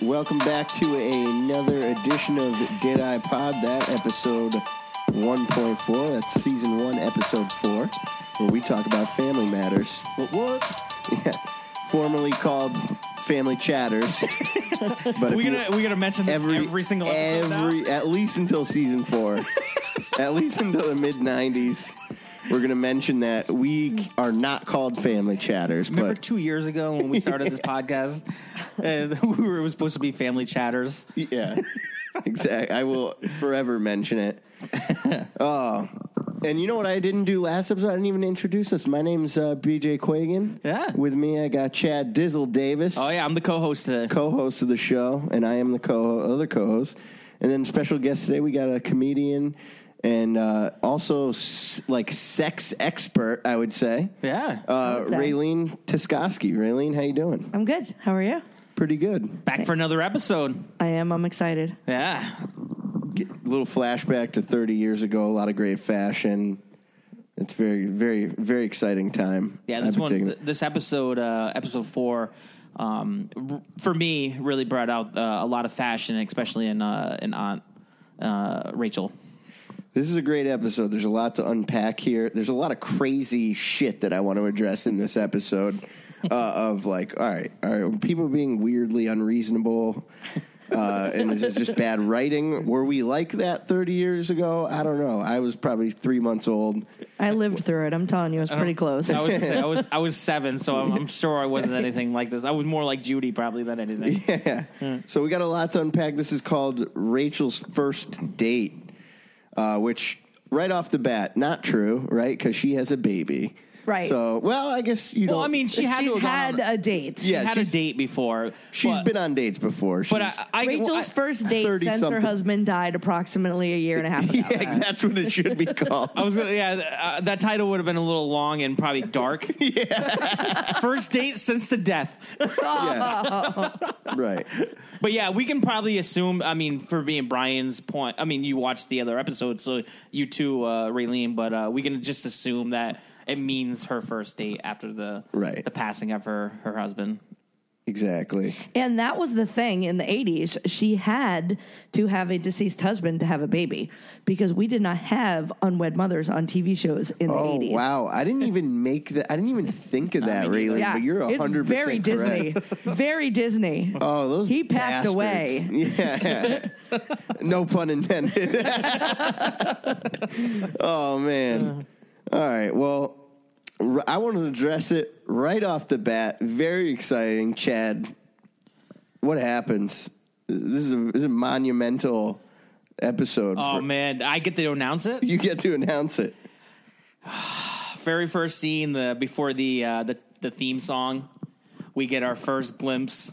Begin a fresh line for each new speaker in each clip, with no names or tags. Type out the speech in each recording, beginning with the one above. Welcome back to another edition of Did I Pod? That episode 1.4. That's season one, episode four, where we talk about family matters.
What? what?
Yeah, formerly called family chatters. but if
We
you-
gonna we gonna mention this every, single episode
every
now?
at least until season four, at least until the mid '90s. We're gonna mention that we are not called family chatters,
Remember
but
two years ago when we started this podcast, and we were it was supposed to be family chatters.
Yeah, exactly. I will forever mention it. Oh, and you know what I didn't do last episode? I didn't even introduce us. My name's uh, BJ Quagan.
Yeah.
With me, I got Chad Dizzle Davis,
Oh yeah, I'm the co-host today.
co-host of the show, and I am the co other co-host. And then special guest today, we got a comedian and uh, also s- like sex expert, I would say.
Yeah,
Uh,
would say.
Raylene Tiskoski. Raylene, how you doing?
I'm good. How are you?
Pretty good.
back for another episode.
I am. I'm excited.
Yeah,
get- little flashback to 30 years ago. A lot of great fashion. It's very, very, very exciting time.
yeah.
I've
This
been
one,
taking-
th- this episode, uh, episode four, um, r- for me really brought out uh, a lot of fashion, especially in uh, in Aunt uh, Rachel.
This is a great episode. There's a lot to unpack here. There's a lot of crazy shit that I want to address in this episode. uh, of like, all right, all right, people being weirdly unreasonable. Uh, and is it just bad writing? Were we like that 30 years ago? I don't know. I was probably three months old.
I lived through it. I'm telling you, it was pretty
Uh-huh.
close.
I was, gonna say, I was I was seven, so I'm, I'm sure I wasn't anything like this. I was more like Judy probably than anything.
Yeah. So we got a lot to unpack. This is called Rachel's first date, uh, which right off the bat, not true, right? Because she has a baby.
Right.
So, well, I guess you
Well,
don't.
I mean, she had to
She's
have gone on-
had a date.
Yeah,
she had a
she's-
date before.
she's
but,
been on dates before. She's,
But I, I
Rachel's
well, I-
first date
30
since her
something.
husband died approximately a year and a half ago.
yeah, that's what it should be called.
I was gonna, yeah, th- uh, that title would have been a little long and probably dark. first date since the death.
Yeah.
Oh.
right.
But yeah, we can probably assume. I mean, for being Brian's point, I mean, you watched the other episode, so you too, uh, Raylene. But uh, we can just assume that it means her first date after the
Right.
the passing of her her husband.
Exactly.
And that was the thing in the 80s. She had to have a deceased husband to have a baby because we did not have unwed mothers on TV shows in the
Oh
80s.
wow! I didn't even make that. I didn't even think of that,
me neither.
really.
Yeah,
But you're
it's
hundred percent
very Disney. very Disney.
Oh, those
He passed
bastards.
away.
Yeah, no pun intended. oh man! All right. Well, r- I want to address it right off the bat. Very exciting, Chad. What happens? This is a, this is a monumental episode.
Oh
for-
man, I get to announce it.
You get to announce it.
very first scene, the before the uh, the the theme song, we get our first glimpse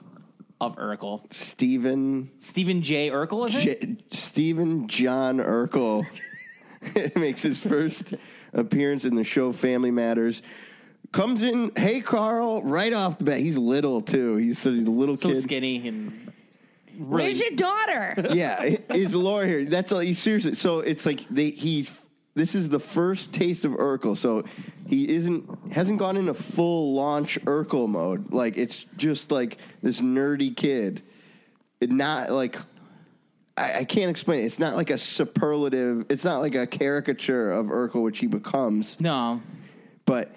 of Urkel,
Stephen
Stephen J. Urkel. I think?
J- Stephen John Urkel makes his first appearance in the show Family Matters. Comes in, hey Carl, right off the bat. He's little too. He's such a little
so
kid.
skinny and really.
Where's your daughter?
Yeah, he's a lawyer here. That's all. He's seriously. So it's like they, he's. This is the first taste of Urkel, so he isn't hasn't gone into full launch Urkel mode. Like it's just like this nerdy kid, It not like I, I can't explain. It. It's not like a superlative. It's not like a caricature of Urkel, which he becomes,
no,
but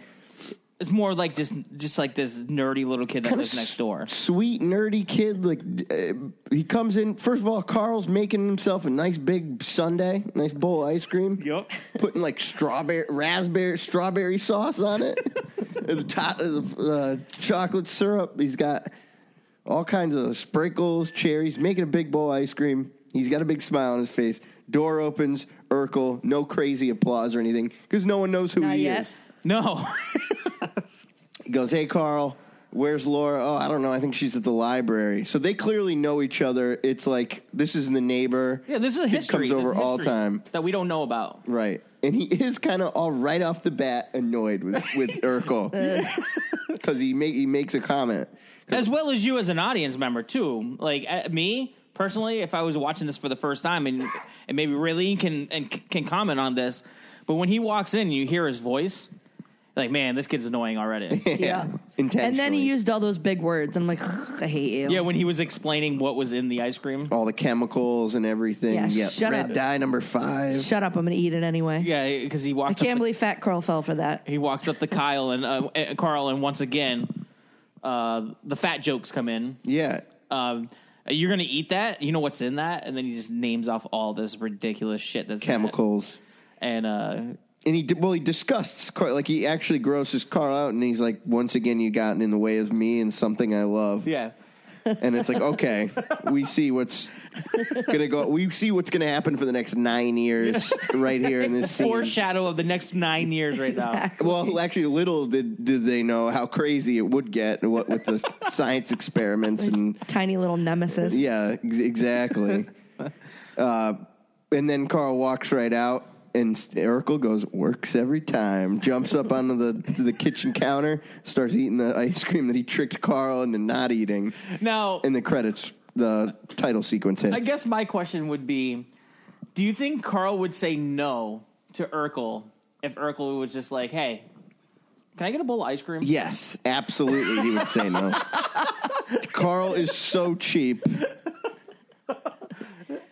it's more like just just like this nerdy little kid that
kinda
lives next
s-
door.
Sweet nerdy kid. Like uh, he comes in. First of all, Carl's making himself a nice big sundae, nice bowl of ice cream.
Yup.
Putting like strawberry, raspberry, strawberry sauce on it. and the top of the uh, chocolate syrup. He's got all kinds of sprinkles, cherries. Making a big bowl of ice cream. He's got a big smile on his face. Door opens. Urkel. No crazy applause or anything because no one knows who
Not
he
yet.
is.
No,
He goes, Hey, Carl, where's Laura? Oh, I don't know. I think she's at the library. So they clearly know each other. It's like, this is the neighbor.
yeah, this is a
Kid
history.
comes over
This is
all
history
time.
that we don't know about.
Right. And he is kind of all right off the bat annoyed with, with Urkel because he, make, he makes a comment.
as well as you as an audience member too. Like uh, me personally, if I was watching this for the first time, and and maybe Raylene can and c- can comment on this, but when he walks in, you hear his voice. like, man, this kid's annoying already.
Yeah.
intentionally.
And then he used all those big words. And I'm like, I hate you.
yeah, when he was explaining what was in the ice cream.
all the chemicals and everything.
Yeah,
Yep.
shut
Red
up.
dye number five.
Shut up. I'm going to eat it anyway.
Yeah, because he
I
walked. up
can't
the-
believe Fat Carl fell for that.
he walks up to Kyle and uh, uh, Carl, and once again, uh, the fat jokes come in.
yeah.
Um, you're gonna eat that. You know what's in that, and then he just names off all this ridiculous shit that's in it.
Chemicals.
And uh,
And he di- well, he disgusts Carl. Like he actually grosses Carl out, and he's like, "Once again, you gotten in the way of me and something I love."
yeah,
And it's like, okay, we see what's gonna go. We see what's gonna happen for the next nine years, right here in this scene.
foreshadow of the next nine years right now.
Well, actually, little did did they know how crazy it would get, and what with the science experiments and
Tiny little nemesis.
yeah, ex- exactly. uh, and then Carl walks right out, and Urkel goes works every time. Jumps up onto the to the kitchen counter, starts eating the ice cream that he tricked Carl into not eating.
Now,
And the credits, the title sequence hits.
I guess my question would be: Do you think Carl would say no to Urkel if Urkel was just like, "Hey, can I get a bowl of ice cream?"
Yes, absolutely. He would say no. Carl is so cheap.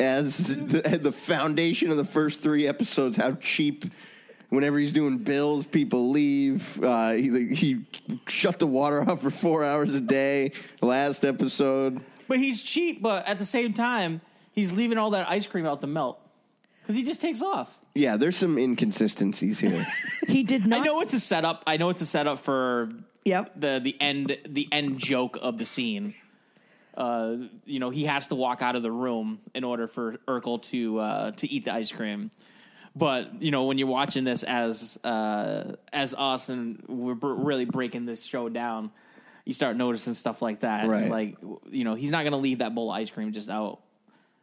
As the, the foundation of the first three episodes, how cheap. Whenever he's doing bills, people leave. Uh, he, he shut the water off for four hours a day. Last episode,
But he's cheap, but at the same time, he's leaving all that ice cream out to melt because he just takes off.
yeah, there's some inconsistencies here.
He did not.
I know it's a setup. I know it's a setup for
Yep.
the the end the end joke of the scene. Uh, you know, he has to walk out of the room in order for Urkel to uh, to eat the ice cream. But you know, when you're watching this as uh, as us, and we're br- really breaking this show down, you start noticing stuff like that.
Right.
Like you know, he's not going to leave that bowl of ice cream just out.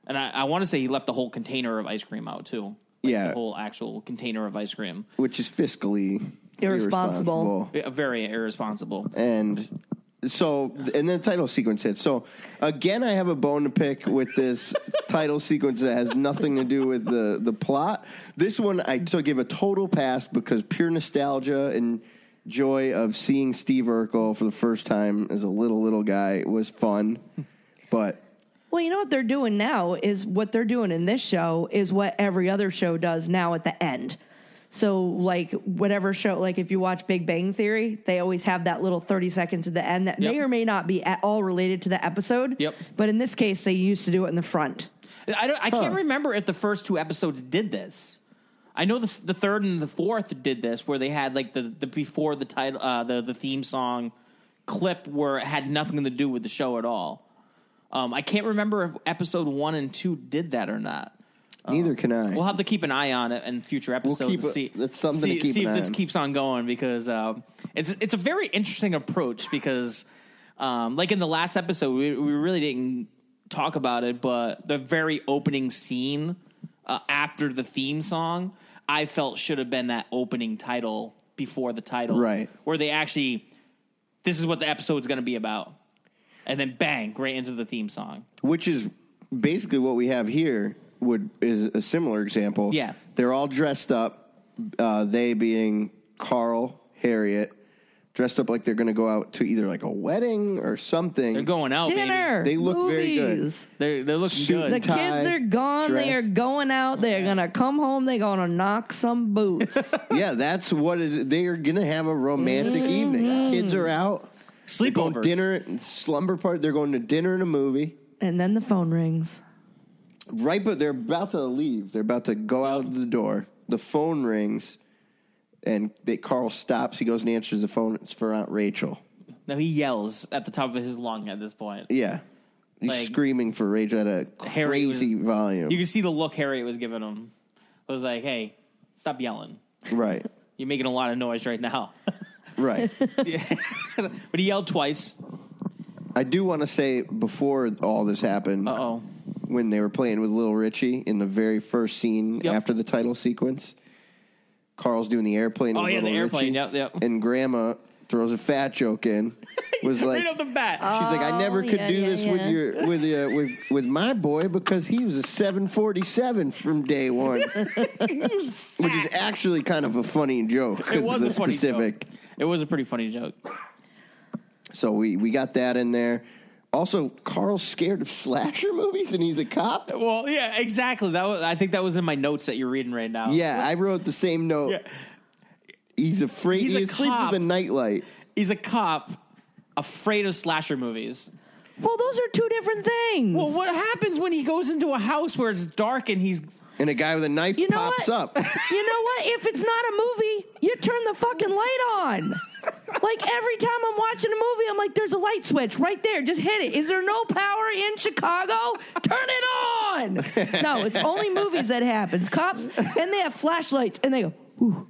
And I, I want to say he left the whole container of ice cream out too. Like,
Yeah.
the whole actual container of ice cream.
which is fiscally
Irresponsible.
irresponsible.
Yeah, Very irresponsible.
and so and then the title sequence hits. So again, I have a bone to pick with this title sequence that has nothing to do with the the plot. This one I to give a total pass because pure nostalgia and joy of seeing Steve Urkel for the first time as a little little guy was fun, but.
Well, you know what they're doing now is what they're doing in this show is what every other show does now at the end. So, like, whatever show, like, if you watch Big Bang Theory, they always have that little 30 seconds at the end that may
Yep.
or may not be at all related to the episode.
Yep.
But in this case, they used to do it in the front.
I don't. I can't remember if the first two episodes did this. I know the s- the third and the fourth did this, where they had like the, the before the title, uh, the the theme song clip, where it had nothing to do with the show at all. Um, I can't remember if episode one and two did that or not.
Neither can I.
We'll have to keep an eye on it in future episodes
keep
to
a-
see,
that's something to
see,
keep
see
an
if
eye
this
on.
keeps on going because uh, it's it's a very interesting approach because um, like in the last episode we, we really didn't talk about it but the very opening scene uh, after the theme song I felt should have been that opening title before the title
Right.
where they actually this is what the episode's going to be about and then bang right into the theme song
which is basically what we have here would is a similar example
Yeah.
they're all dressed up uh, they being carl harriet dressed up like they're going to go out to either like a wedding or something
they're going out Oh, baby.
Dinner.
They look very good.
movies.
They're, they're looking
Shoot.
good.
The
Tie,
kids are gone. They are
dress.
going out. They're going to come home. They're going to knock some boots.
yeah that's what it is. they're going to have a romantic
Mm.
evening kids are out they're going
Sleepovers.
dinner and slumber party they're going to dinner and a movie
and then the phone rings.
right but they're about to leave they're about to go out the door the phone rings and they, carl stops he goes and answers the phone it's for aunt rachel
No, he yells at the top of his lung at this point.
yeah he's
Like-
screaming for rachel at a
Harry was-
crazy volume
You can see the look Harriet was giving him. It was like, hey, stop yelling.
right
You're making a lot of noise right now.
right
but he yelled twice.
i do want to say before all this happened
Uh oh.
when they were playing with Lil Richie in the very first scene
Yep.
after the title sequence. Carl's doing the airplane.
Oh,
with
yeah, the
Lil
airplane,
Richie,
yep, yep.
And Grandma throws a fat joke in. Was like
right off the bat.
She's like, I never
Oh,
could
yeah,
do
yeah,
this
yeah.
with your with your with with my boy because he was a 747 from day one, which is actually kind of a funny joke because
was
of
a
the
funny joke.
specific
It was a pretty funny joke.
So we we got that in there. Also, Carl's scared of slasher movies, and he's a cop.
Well, yeah, exactly. That was, I think that was in my notes that you're reading right now.
Yeah, I wrote the same note.
Yeah.
He's afraid.
He's
He's,
a
asleep
cop.
with a nightlight.
He's a cop afraid of slasher movies.
Well, those are two different things.
Well, what happens when he goes into a house where it's dark and he's
And a guy with a knife
You know
pops up.
what? You know what? If it's not a movie, you turn the fucking light on. like every time I'm watching a movie, I'm like, there's a light switch right there. Just hit it. Is there no power in Chicago? Turn it on. no, it's only movies that happens. Cops and they have flashlights and they go, ooh.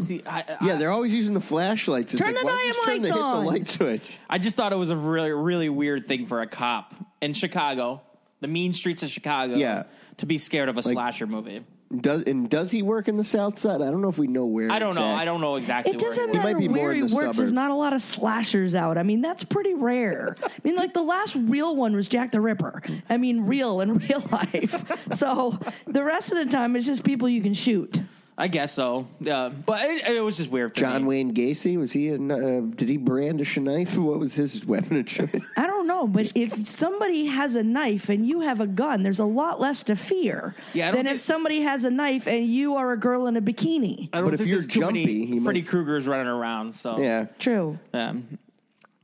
see, I, I-
Yeah, they're always using the flashlights. It's
Turn
like,
the
why just
damn
turn the, hit the
lights on.
light switch?
I just thought it was a really, really weird thing for a cop in Chicago, the mean streets of Chicago,
Yeah.
to be scared of a slasher movie.
Does and does he work in the South Side? I don't know if we know where.
I don't know.
exact-
I don't know exactly.
It
where
doesn't
he was.
might
matter
be more
where
in
he
the
works. There's
suburbs.
not a lot of slashers out. I mean, that's pretty rare. I mean, like the last real one was Jack the Ripper. I mean, real in real life. so the rest of the time, it's just people you can shoot.
I guess so. Yeah, but it, it was just weird. For
John
me.
Wayne Gacy was he? In, uh, did he brandish a knife? What was his weapon of choice?
I don't know, but if somebody has a knife and you have a gun, there's a lot less to fear
Yeah, I don't
than if
think-
somebody has a knife and you are a girl in a bikini.
I don't
But if
think
you're
there's too many
jumpy, he
Freddy
might-
Krueger's running around. So
yeah,
True.
um,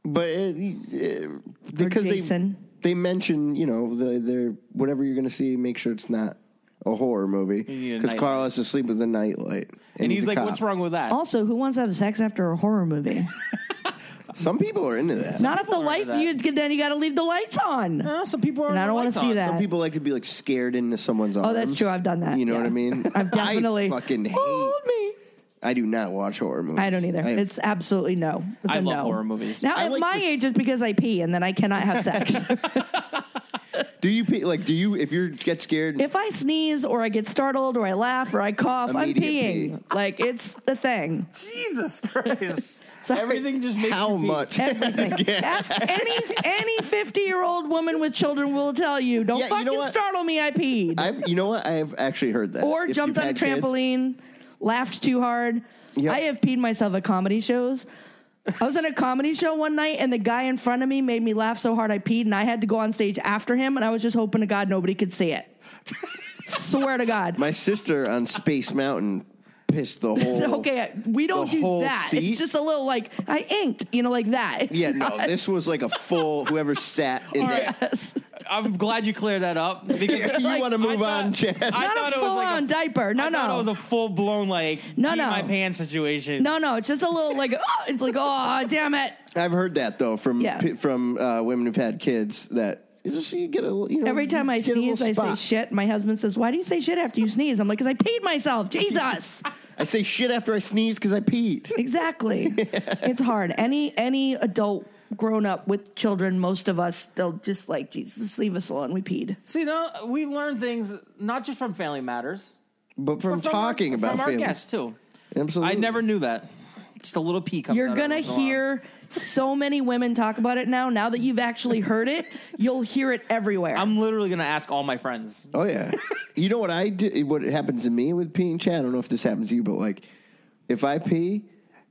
but it, it- because
Jason.
they they mention you know the, their whatever you're going to see, make sure it's not a horror movie
need a
because
nightlight.
Carl has to sleep with a nightlight, and,
and he's
a
like,
cop.
"What's wrong with that?"
Also, who wants to have sex after a horror movie?
Some people are into that.
Not if the
people are
light
into
you then you got to leave the lights on.
Uh, some people are.
And I don't
want to
see that.
Some people like to be like scared into someone's arms.
Oh, that's true. I've done that.
You know
yeah.
what I mean?
I've definitely
I fucking hate.
Hold me.
I do not watch horror movies.
I don't either.
I have-
it's absolutely no. It's
I
a
love
no.
horror movies.
Now
I
at
like
my
this-
age, it's because I pee and then I cannot have sex.
do you pe- like? Do you if you get scared?
if I sneeze or I get startled or I laugh or I cough, I'm
Immediate
peeing. Like it's the thing.
Jesus Christ!
Sorry.
Everything just makes
how
you pee.
much?
Everything. Ask any any fifty year old woman with children will tell you. Don't
Yeah, you know
fucking
what?
startle me. I peed
I've you know what? I've actually heard that.
or
If you've
jumped on a
had kids-
trampoline, laughed too hard.
Yep.
I have peed myself at comedy shows. I was in a comedy show one night, and the guy in front of me made me laugh so hard I peed, and I had to go on stage after him, and I was just hoping to God nobody could see it. Swear to God.
My sister on Space Mountain pissed the whole.
okay, we don't
the
do
whole
that.
seat?
It's just a little like I inked, you know, like that. It's
Yeah,
not-
no, this was like a full whoever sat in
All
there.
right. I'm glad you cleared that up because
You want to move
I
on,
thought-
Chaz?
I
Not
thought
a
it was
full
like a-
on diaper. No,
I
no.
thought it was a full blown like
No,
pee
no.
my pants situation.
no, no. It's just a little like, oh, it's like, oh, damn it.
I've heard that though from
Yeah.
pe- from uh, women who've had kids that it's just you get a little, you know
Every time I
you get a little
sneeze, I say
spot.
shit. My husband says, Why do you say shit after you sneeze? I'm like, Because I peed myself. Jesus.
I say shit after I sneeze because I peed.
exactly. It's hard. Any any adult grown up with children, most of us, they'll just like, Jesus, just leave us alone. We peed.
See, no, we learn things not just from Family Matters,
But from,
but from
talking
our,
about
from
family,
our guests too.
absolutely.
I never knew that. Just a little pee comes.
You're
out
gonna
every once in a while.
hear so many women talk about it now. Now that you've actually heard it, you'll hear it everywhere.
I'm literally gonna ask all my friends.
Oh yeah. you know what I do? What happens to me with peeing, Chad? I don't know if this happens to you, but like, if I pee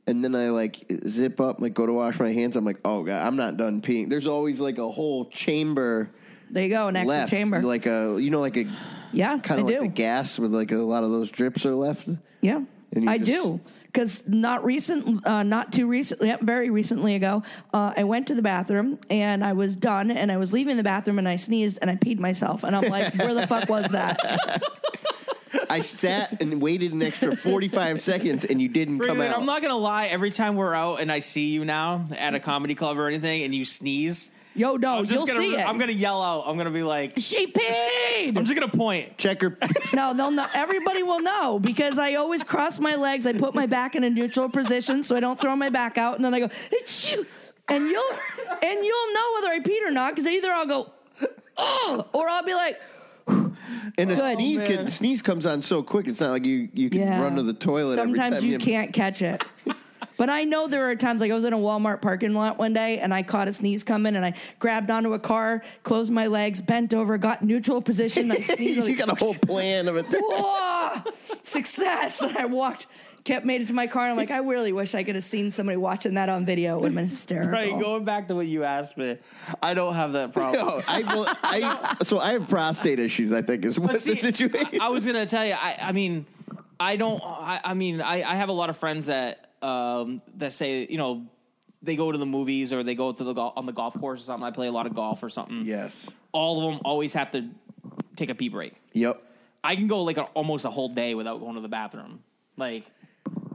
and then I like zip up, like go to wash my hands, I'm like, oh god, I'm not done peeing. There's always like a whole chamber
there you go, an extra
left,
chamber.
like a you know like a
yeah,
kind of
I
like
do.
the gas with like a lot of those drips are left.
Yeah.
And you
I
just-
do. Because not recent, uh, not too recently, yep, very recently ago, uh, I went to the bathroom and I was done and I was leaving the bathroom and I sneezed and I peed myself. And I'm like, where the fuck was that?
I sat and waited an extra 45 seconds, and you didn't come
Brandon,
out.
I'm not gonna lie. Every time we're out and I see you now at a comedy club or anything, and you sneeze,
Yo, no,
I'm just
Oh, you'll
gonna,
see it.
I'm gonna yell out. I'm gonna be like,
she
I'm
peed.
just gonna point.
Checker.
No, they'll know. Everybody will know because I always cross my legs. I put my back in a neutral position so I don't throw my back out. And then I go, it's you. And you'll, and you'll know whether I peed or not because either I'll go, oh, or I'll be like,
And a
Good.
sneeze,
Oh, man.
can, sneeze comes on so quick. It's not like you, you can
Yeah.
run to the toilet every
Sometimes
time
you can't catch it. But I know there are times like I was in a Walmart parking lot one day and I caught a sneeze coming and I grabbed onto a car, closed my legs, bent over, got neutral position, and I sneezed.
you
like,
got a whole plan of it.
"Whoa!" success. And I walked, kept made it to my car. And I'm like, I really wish I could have seen somebody watching that on video. It would have been hysterical.
Right, going back to what you asked me, I don't have that problem.
No, I, will- I so I have prostate issues. I think is what
But
the
see,
situation.
I, I was gonna tell you. I, I mean, I don't. I, I mean, I, I have a lot of friends that um, that say you know they go to the movies or they go to the gol on the golf course or something. I play a lot of golf or something.
yes.
All of them always have to take a pee break.
Yep.
I can go like a, almost a whole day without going to the bathroom. Like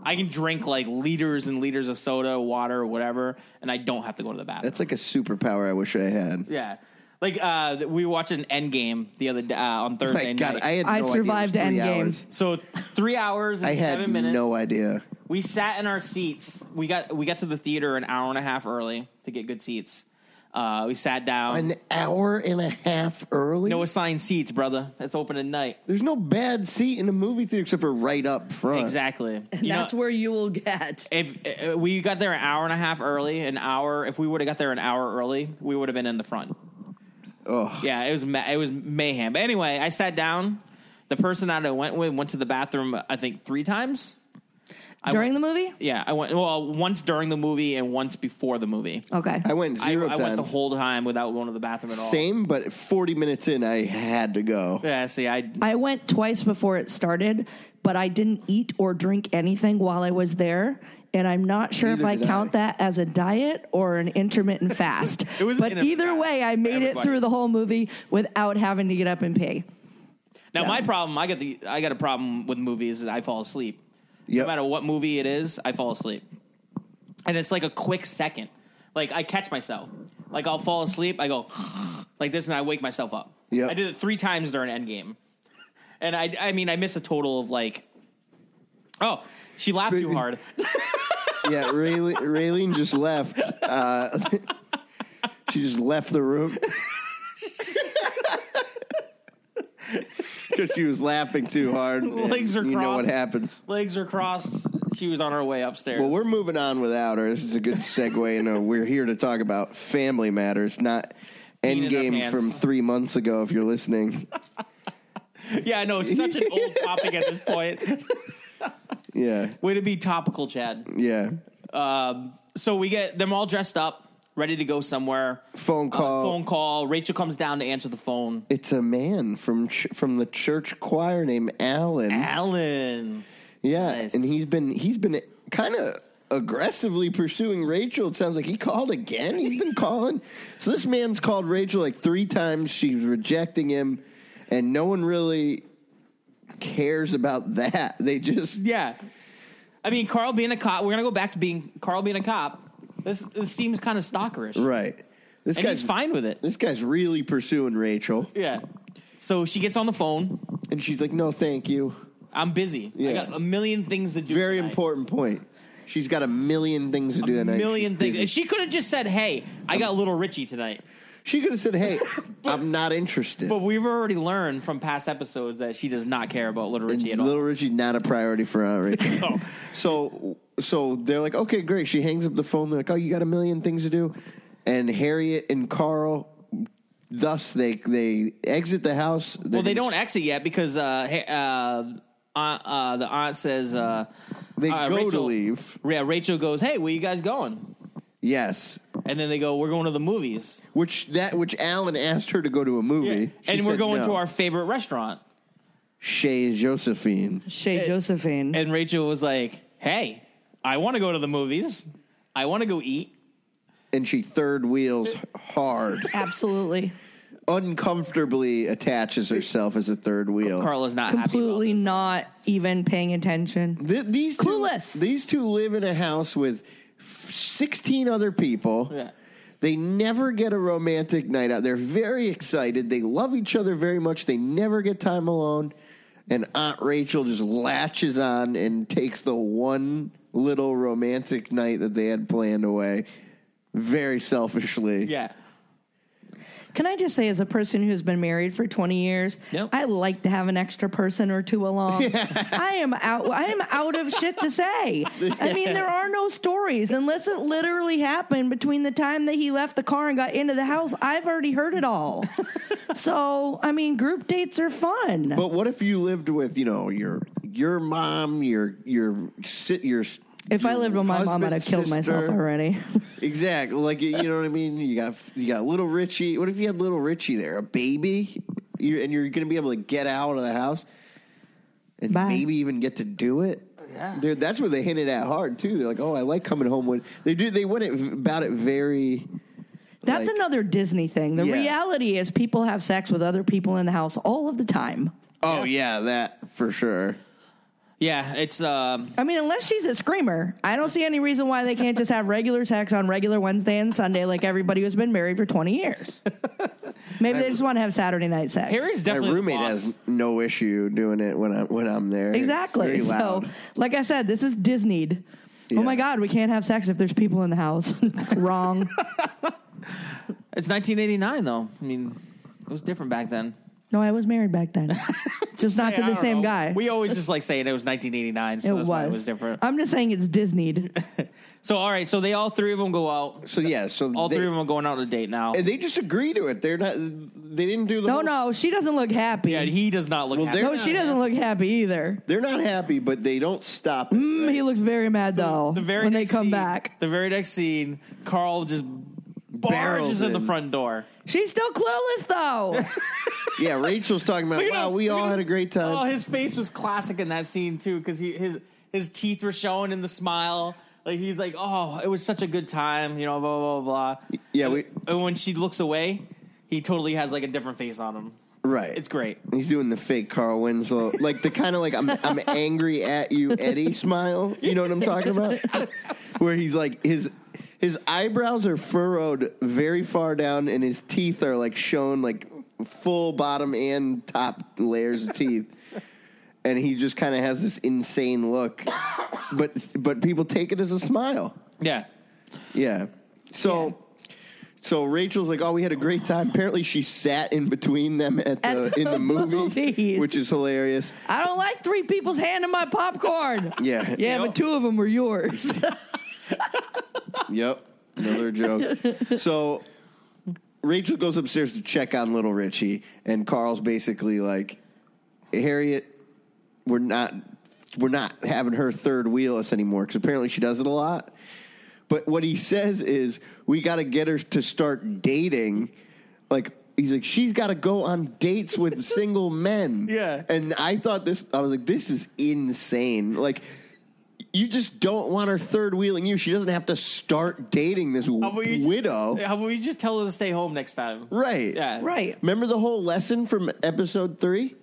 I can drink like liters and liters of soda, water, whatever, and I don't have to go to the bathroom.
That's like a superpower I wish I had.
yeah. Like uh, th- we watched an Endgame the other day, uh, on Thursday
Oh My God,
night.
I had
I
no
survived
idea. it was three hours.
Endgame.
so three hours and
I had
seven minutes.
no idea.
we sat in our seats. We got we got to the theater an hour and a half early to get good seats. Uh, we sat down.
An hour and a half early.
no assigned seats, brother. It's open at night.
There's no bad seat in a movie theater except for right up front.
Exactly. You know-
That's where you will get.
if uh, we got there an hour and a half early, an hour, if we would have got there an hour early, we would have been in the front.
Ugh.
Yeah, it was ma- it was mayhem. But anyway, I sat down. The person that I went with went to the bathroom, I think three times. I
During the
went-
movie?
yeah, I went well once during the movie and once before the movie.
Okay.
I went
I,
zero
I
times.
went the whole time without going to the bathroom at all.
Same, but 40 minutes in, I had to go.
Yeah, see, I
I went twice before it started, but I didn't eat or drink anything while I was there. And I'm not sure
Neither
if I
did
count
I.
that as a diet or an intermittent fast.
It was
but
an intermittent
either
fast
way, I
for
made it
everybody.
through the whole movie without having to get up and pee.
now my problem. I got the I got a problem with movies. Is I fall asleep.
Yep.
No matter what movie it is, I fall asleep. And it's like a quick second. Like I catch myself. Like I'll fall asleep, I go like this and I wake myself up.
Yep.
I did it 3 times during Endgame. And I I mean I missed a total of like Oh, she laughed too
Speaking-
hard.
yeah, Rayle- Raylene just left. Uh, she just left the room. Because she was laughing too hard. and
Legs are
You know what
crossed.
happens.
Legs are crossed. She was on her way upstairs.
Well, we're moving on without her. This is a good segue. and uh, we're here to talk about family matters, not
Peeing in our
Endgame
pants.
from three months ago, if you're listening.
yeah, I know. It's such an old topic at this point.
Yeah,
Way to be topical, Chad.
yeah.
Um, so we get them all dressed up, ready to go somewhere.
Phone
Uh,
call.
phone call. Rachel comes down to answer the phone.
It's a man from ch- from the church choir named Alan.
Alan.
Yeah,
Nice.
and he's been he's been kind of aggressively pursuing Rachel. It sounds like he called again. He's been calling. So this man's called Rachel like three times. She's rejecting him, and no one really cares about that. They just
Yeah. I mean, Carl being a cop. We're gonna go back to being Carl being a cop. This this seems kind of stalkerish,
right. This
and
guy's
he's fine with it.
This guy's really pursuing Rachel,
Yeah. So she gets on the phone.
and she's like, "No, thank you."
I'm busy. I
Yeah.
got a million things to do.
Very
tonight.
important point. She's got a million things to do
A
tonight.
million
She's
things.
busy.
And she could have just said, "Hey, I got little Richie tonight."
She could have said, "Hey, I'm not interested."
But we've already learned from past episodes that she does not care about little
And
Richie at all.
Little Richie not a priority for Aunt Rachel.
Oh.
so so they're like, okay, great. She hangs up the phone. They're like, oh, you got a million things to do. And Harriet and Carl, thus they they exit the house.
Well, they don't exit yet because uh, hey, uh, aunt, uh, the aunt says uh,
They
uh,
go to
Rachel-
leave.
Yeah, Rachel goes, "Hey, where you guys going?"
Yes,
And then they go, "We're going to the movies,
which that which Alan asked her to go to a movie, She
and we're
said
going
no.
to our favorite restaurant."
Shay's Josephine.
Shay
It-
Josephine.
And Rachel was like, "Hey, I want to go to the movies. I want to go eat."
And she third wheels hard,
Absolutely.
uncomfortably attaches herself as a third wheel.
Carla's not
Completely
happy about
not even paying attention.
Th- these two-
Clueless.
these two live in a house with f- sixteen other people.
Yeah.
They never get a romantic night out. They're very excited. They love each other very much. They never get time alone. And Aunt Rachel just latches on and takes the one little romantic night that they had planned away very selfishly.
this. Yeah,
Can I just say, as a person who's been married for 20 years,
Yep.
I like to have an extra person or two along. I am out. I am out of shit to say. I mean, there are no stories unless it literally happened between the time that he left the car and got into the house. I've already heard it all. so, I mean, group dates are fun.
But what if you lived with, you know, your your mom, your your sit your.
If I
your
lived with my mom,
husband,
I'd have killed myself
sister.
already.
Exactly, like you know what I mean. You got you got little Richie. What if you had little Richie there, a baby, you and you're going to be able to get out of the house, and
Bye.
maybe even get to do it.
Yeah.
They're- that's where they hit it at hard too. They're like, "Oh, I like coming home when they do." They went it, about it very.
That's
Like-
another Disney thing. The
Yeah.
reality is people have sex with other people in the house all of the time.
Oh yeah, that for sure.
Yeah, it's um,
I mean, unless she's a screamer, I don't see any reason why they can't just have regular sex on regular Wednesday and Sunday like everybody who's been married for 20 years. Maybe they just want to have Saturday night sex.
Harry's
My
definitely the
roommate
boss.
has no issue doing it when I'm when I'm there. It's
exactly.
very
So,
loud.
like I said, this is Disneyed.
Yeah.
Oh my God, we can't have sex if there's people in the house. Wrong.
It's 1989 though. I mean, it was different back then.
No, I was married back then. just not
Hey,
to
I
the
don't
same
know.
guy.
We always just like saying it was 1989, so
it
that's
was.
why it was different.
I'm just saying it's Disneyed.
So all right, so they all three of them go out.
so yeah, so
All
they,
three of them are going out on a date now.
and they just agree to it. They're not. They didn't do the.
No,
whole-
no, she doesn't look happy.
Yeah, he does not look.
Well,
happy.
they're-
no, she doesn't look happy either.
They're not happy, but they don't stop. It,
Mm,
right?
He looks very mad though
the very
when they
next
come
scene-
back.
The very next scene, Carl just barges
Barrels
in the
in.
front door.
She's still clueless though.
yeah, Rachel's talking about.
Look at
Wow,
him.
we
Look
all
at
had a
his-
great time.
Oh, his face was classic in that scene too, because he his his teeth were showing in the smile. Like he's like, oh, it was such a good time, you know, blah blah blah.
Yeah,
and,
we-
and when she looks away, he totally has like a different face on him.
right.
It's great.
He's doing the fake Carl Winslow, like the kind of like I'm I'm angry at you, Eddie smile. You know what I'm talking about? Where he's like his his eyebrows are furrowed very far down, and his teeth are like shown like full bottom and top layers of teeth, and he just kind of has this insane look, but but people take it as a smile.
Yeah.
Yeah. So so Rachel's like, "Oh, we had a great time." Apparently, she sat in between them at the,
At the
in the movie,
movies.
which is hilarious.
I don't like three people's hand in my popcorn.
Yeah.
Yeah, but two of them were yours.
Yep. Another joke. so Rachel goes upstairs to check on little Richie, and Carl's basically like, "Harriet, we're not we're not having her third wheel us anymore because apparently she does it a lot." But what he says is, "We got to get her to start dating." Like he's like, "She's got to go on dates with single men."
Yeah.
and I thought this. I was like, "This is insane!" Like. You just don't want her third wheeling you. She doesn't have to start dating this
How about Oh, you
widow.
Just, how about we just tell her to stay home next time?
Right.
Yeah.
right.
Remember the whole lesson from episode three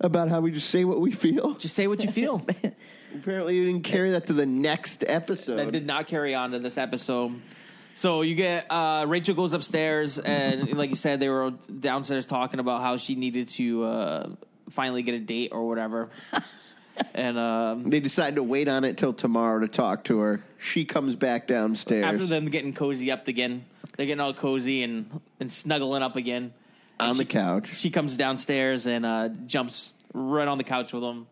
about how we just say what we feel?
Just say what you feel.
Apparently, you didn't carry that to the next episode.
that did not carry on to this episode. So you get uh, Rachel goes upstairs, and like you said, they were downstairs talking about how she needed to uh, finally get a date or whatever. and um,
they decide to wait on it till tomorrow to talk to her. She comes back downstairs.
after them getting cozy up again, they're getting all cozy and and snuggling up again And
On the
she-
couch.
She comes downstairs and uh, jumps right on the couch with them,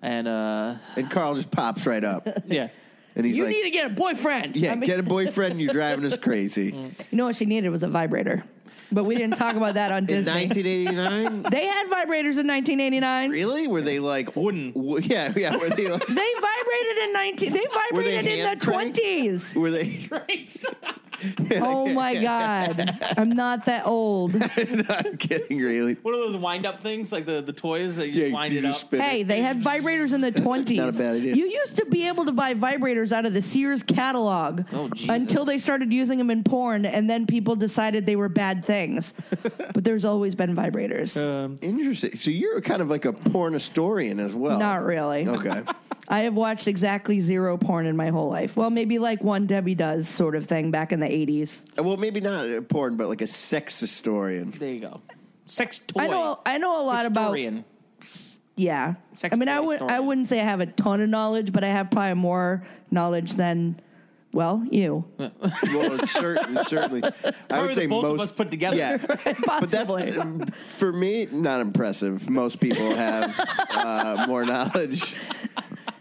and uh,
and Carl just pops right up.
yeah,
And he's
you
like,
need to get a boyfriend.
Yeah,
I mean,
get a boyfriend. You're driving us crazy.
Mm.
you know what she needed was a vibrator. But we didn't talk about that on
In
Disney.
1989?
they had vibrators in 1989.
really? Were they like.
Wooden.
w- Yeah, yeah. Were they like.
They vibrated in 19. They
Were they
vibrated in the
hand cranked?
20s.
Were they.
Oh my god, I'm not that old.
I'm kidding, really.
one of those wind up things like the the toys that you
Yeah,
just wind
you
it
just
up.
spin it.
Hey, they had vibrators in the 20s.
Not a bad idea.
You used to be able to buy vibrators out of the Sears catalog
Oh, Jesus.
until they started using them in porn, and then people decided they were bad things. but there's always been vibrators.
Interesting. So you're kind of like a porn historian as well.
Not really.
Okay.
I have watched exactly zero porn in my whole life. Well, maybe like one Debbie Does sort of thing back in the 80s.
well, maybe not a porn, but like a sex historian.
There you go. Sex toy.
I know I know a lot about
Historian.
yeah.
Sex
I mean,
toy
I would
historian.
I wouldn't say I have a ton of knowledge, but I have probably more knowledge than well, you.
Well, certain, certainly. I
Probably
would
the
say
both of
most
us put together.
Yeah. But that's uh,
Possibly.
for me not impressive. Most people have uh, more knowledge.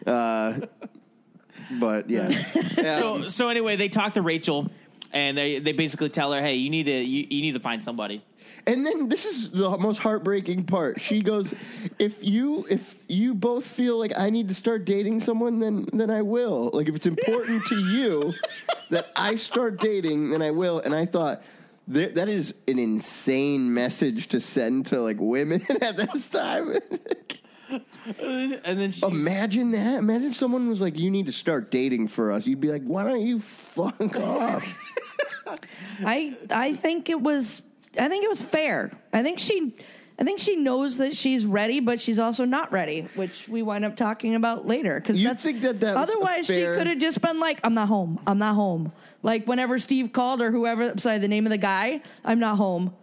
Uh, but yeah. Yeah.
So so anyway, they talk to Rachel, and they they basically tell her, "Hey, you need to you, you need to find somebody."
And then this is the most heartbreaking part. She goes, "If you if you both feel like I need to start dating someone, then then I will. Like if it's important to you that I start dating, then I will." And I thought there, that is an insane message to send to like women at this time.
and then she,
Imagine that. Imagine if someone was like, "You need to start dating for us." You'd be like, "Why don't you fuck off?"
I I think it was I think it was fair. I think she I think she knows that she's ready, but she's also not ready, which we wind up talking about later. Because
You think that that was a
otherwise
fair-
she could have just been like, "I'm not home. I'm not home." Like whenever Steve called or whoever, sorry, the name of the guy, "I'm not home."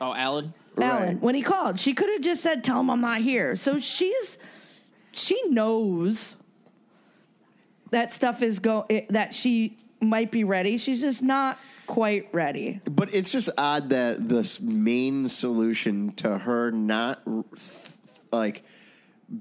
oh, Alan.
Alan,
Right.
when he called, she could have just said, "Tell him I'm not here." So she's she knows that stuff is go it- that she might be ready. She's just not quite ready.
But it's just odd that the s- main solution to her not r- th- like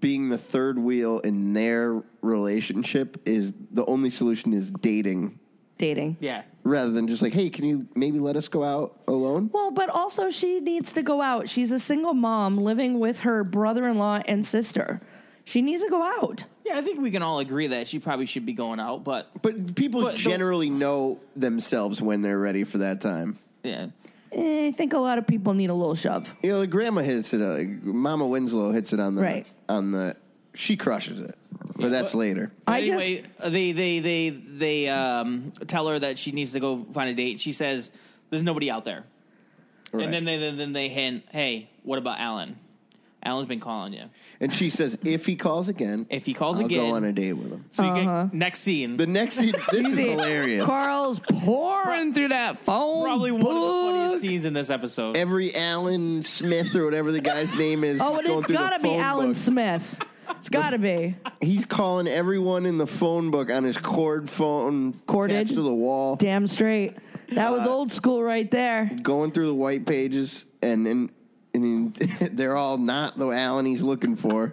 being the third wheel in their relationship is the only solution is dating
Dating.
Yeah.
rather than just like, hey, can you maybe let us go out alone?
Well, but also she needs to go out. She's a single mom living with her brother-in-law and sister. She needs to go out.
Yeah, I think we can all agree that she probably should be going out, but
But people
But the-
generally know themselves when they're ready for that time.
yeah.
Eh, I think a lot of people need a little shove.
You know, like grandma hits it. uh, Like Mama Winslow hits it on the
Right.
on the. She crushes it, but that's
but-
later.
I
anyway,
just
uh, they they they they um, tell her that she needs to go find a date. She says, "There's nobody out there."
Right.
And then they then, then they hint, "Hey, what about Alan? Alan's been calling you.
And she says, if he calls again,
If he calls
I'll
again,
go on a date with him.
so you
Uh-huh.
get next scene."
The next scene, this is
see
hilarious.
Carl's pouring through that phone.
probably one of the
book.
funniest scenes in this episode.
Every Alan Smith or whatever the guy's name is.
Oh,
he's
and
going
it's
through the
gotta be
phone
Alan
book.
Smith. It's gotta be.
He's calling everyone in the phone book on his cord phone,
Corded.
attached to the wall,
Damn straight. That was old school right there.
going through the white pages, and and, and then they're all not the Alan he's looking for.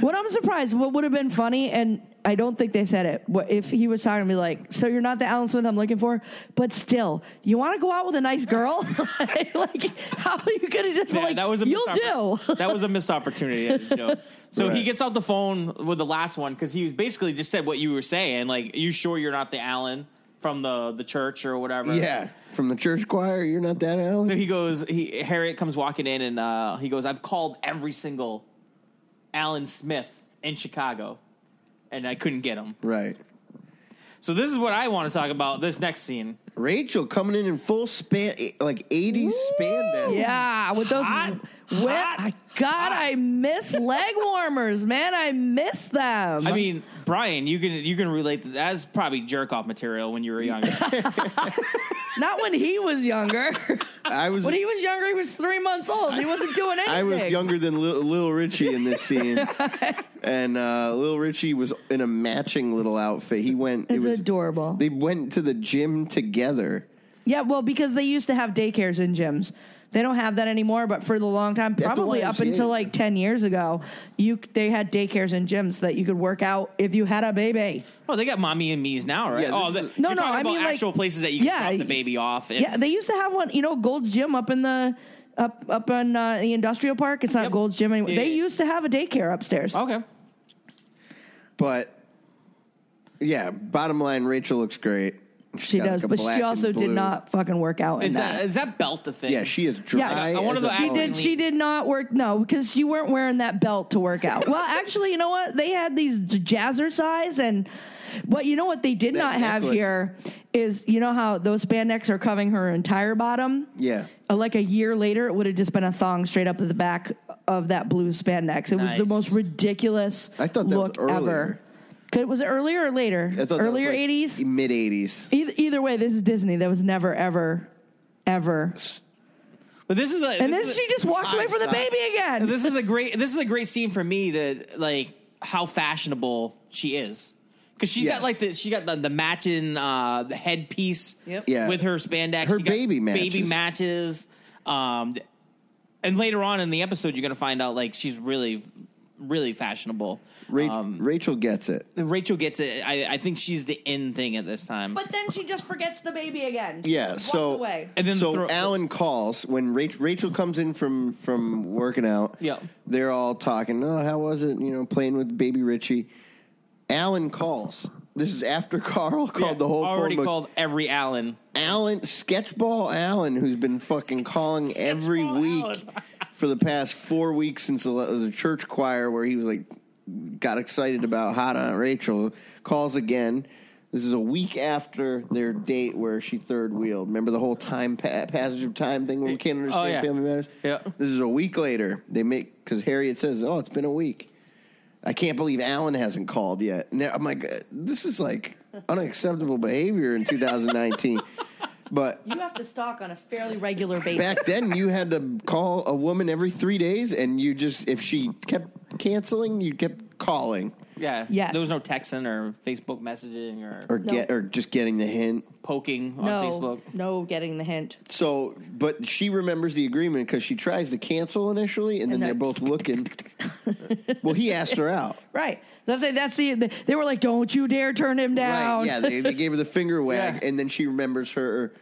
What I'm surprised, what would have been funny, and I don't think they said it, what if he was talking to me like, so you're not the Alan Smith I'm looking for, but still, you want to go out with a nice girl? like, how are you going to just be
Yeah,
like,
that was a
you'll
missed oppor-
do?
that was a missed opportunity. at a joke. So he
Right.
gets out the phone with the last one because he was basically just said what you were saying. Like, you sure you're not the Alan from the the church or whatever?
Yeah, from the church choir, you're not that Alan.
So he goes. He Harriet comes walking in and uh, he goes. I've called every single Alan Smith in Chicago, and I couldn't get him.
right.
So this is what I want to talk about. This next scene.
Rachel coming in in full span, like 80s spandex.
yeah, with those.
Hot,
Well,
hot,
God,
hot.
I miss leg warmers, man. I miss them.
I mean, Brian, you can you can relate. To, that's probably jerk off material when you were younger.
Not when he was younger.
I was
when he was younger, he was three months old. He wasn't doing anything.
I was younger than Lil, Lil Richie in this scene, and uh, Lil Richie was in a matching little outfit. He went.
It's
it was,
adorable.
They went to the gym together.
Yeah, well, because they used to have daycares in gyms. They don't have that anymore, but for the long time,
the
probably up
YMCA.
until like ten years ago, you they had daycares and gyms that you could work out if you had a baby.
Oh, they got mommy and me's now, right?
Yeah,
oh,
this
the,
is-
No,
you're
no,
talking
I
about
mean, like-
actual places that you can
Yeah,
drop the baby off. And,
Yeah, they used to have one, you know, Gold's Gym up in the up up in uh, the industrial park. It's not
Yep.
Gold's Gym anymore.
Yeah,
they
yeah.
used to have a daycare upstairs.
Oh,
okay.
But yeah, bottom line, Rachel looks great. She's
she
got,
does,
like, a
but she
black
also
and
did
blue-
not fucking work out in
Is
that.
that is that belt the thing?
Yeah, she is
Yeah.
dry.
I wanted
as a
to ask-
She
bone.
did. She did not work. No, because you weren't wearing that belt to work out. well, actually, you know what? They had these jazzercise, and but you know what they did
That
not have
necklace.
here is you know how those spandex are covering her entire bottom.
Yeah.
Uh, Like a year later, it would have just been a thong straight up to the back of that blue spandex. It was the
Nice.
most ridiculous
I thought that was
look ever.
earlier.
Could, was it earlier or later?
I thought that was,
Earlier
like, e-,
80s?
mid eighties.
Either, either way, this is Disney. That was never, ever, ever.
But this is the
And then
this is
she
the-
just walks away from the
Hindsight.
baby again.
this is a great this is a great scene for me to like how fashionable she is because she's
Yes.
got like the she got the, the matching uh the headpiece
Yep.
Yeah.
with her spandex
Her
She got
baby
baby
matches.
matches um and later on in the episode you're gonna find out like she's really really fashionable.
Ra-
Um,
Rachel gets it.
Rachel gets it. I, I think she's the in thing at this time.
But then she just forgets the baby again.
Yeah,
Walks
so-
away.
and then
so
throw-
Alan calls when Rachel, Rachel comes in from from working out.
Yeah.
they're all talking. Oh, how was it? You know, playing with baby Richie. Alan calls. This is after Carl called the whole phone
already
book.
called every Alan.
Alan Sketchball Alan, who's been fucking calling every
Sketchball
week for the past four weeks since the, the church choir where he was like got excited about hot Aunt Rachel, calls again. This is a week after their date where she third wheeled. Remember the whole time pa- passage of time thing where we can't understand
yeah.
family matters.
Yeah.
this is a week later. They make because Harriet says, "Oh, it's been a week." I can't believe Alan hasn't called yet. Now, I'm like, uh, this is like unacceptable behavior in 2019. but
you have to stalk on a fairly regular basis.
back then, you had to call a woman every three days, and you just, if she kept canceling, you kept calling
Yeah.
Yes.
There was no texting or Facebook messaging or,
or
No.
get or just getting the hint.
poking on
no,
Facebook.
no getting the hint.
So, but she remembers the agreement because she tries to cancel initially, and then
And
they're
that-
both looking. well, he asked her out.
Right. So I'm saying that's the. They were like, "Don't you dare turn him down."
Right? Yeah, they, they gave her the finger wag,
Yeah.
and then she remembers her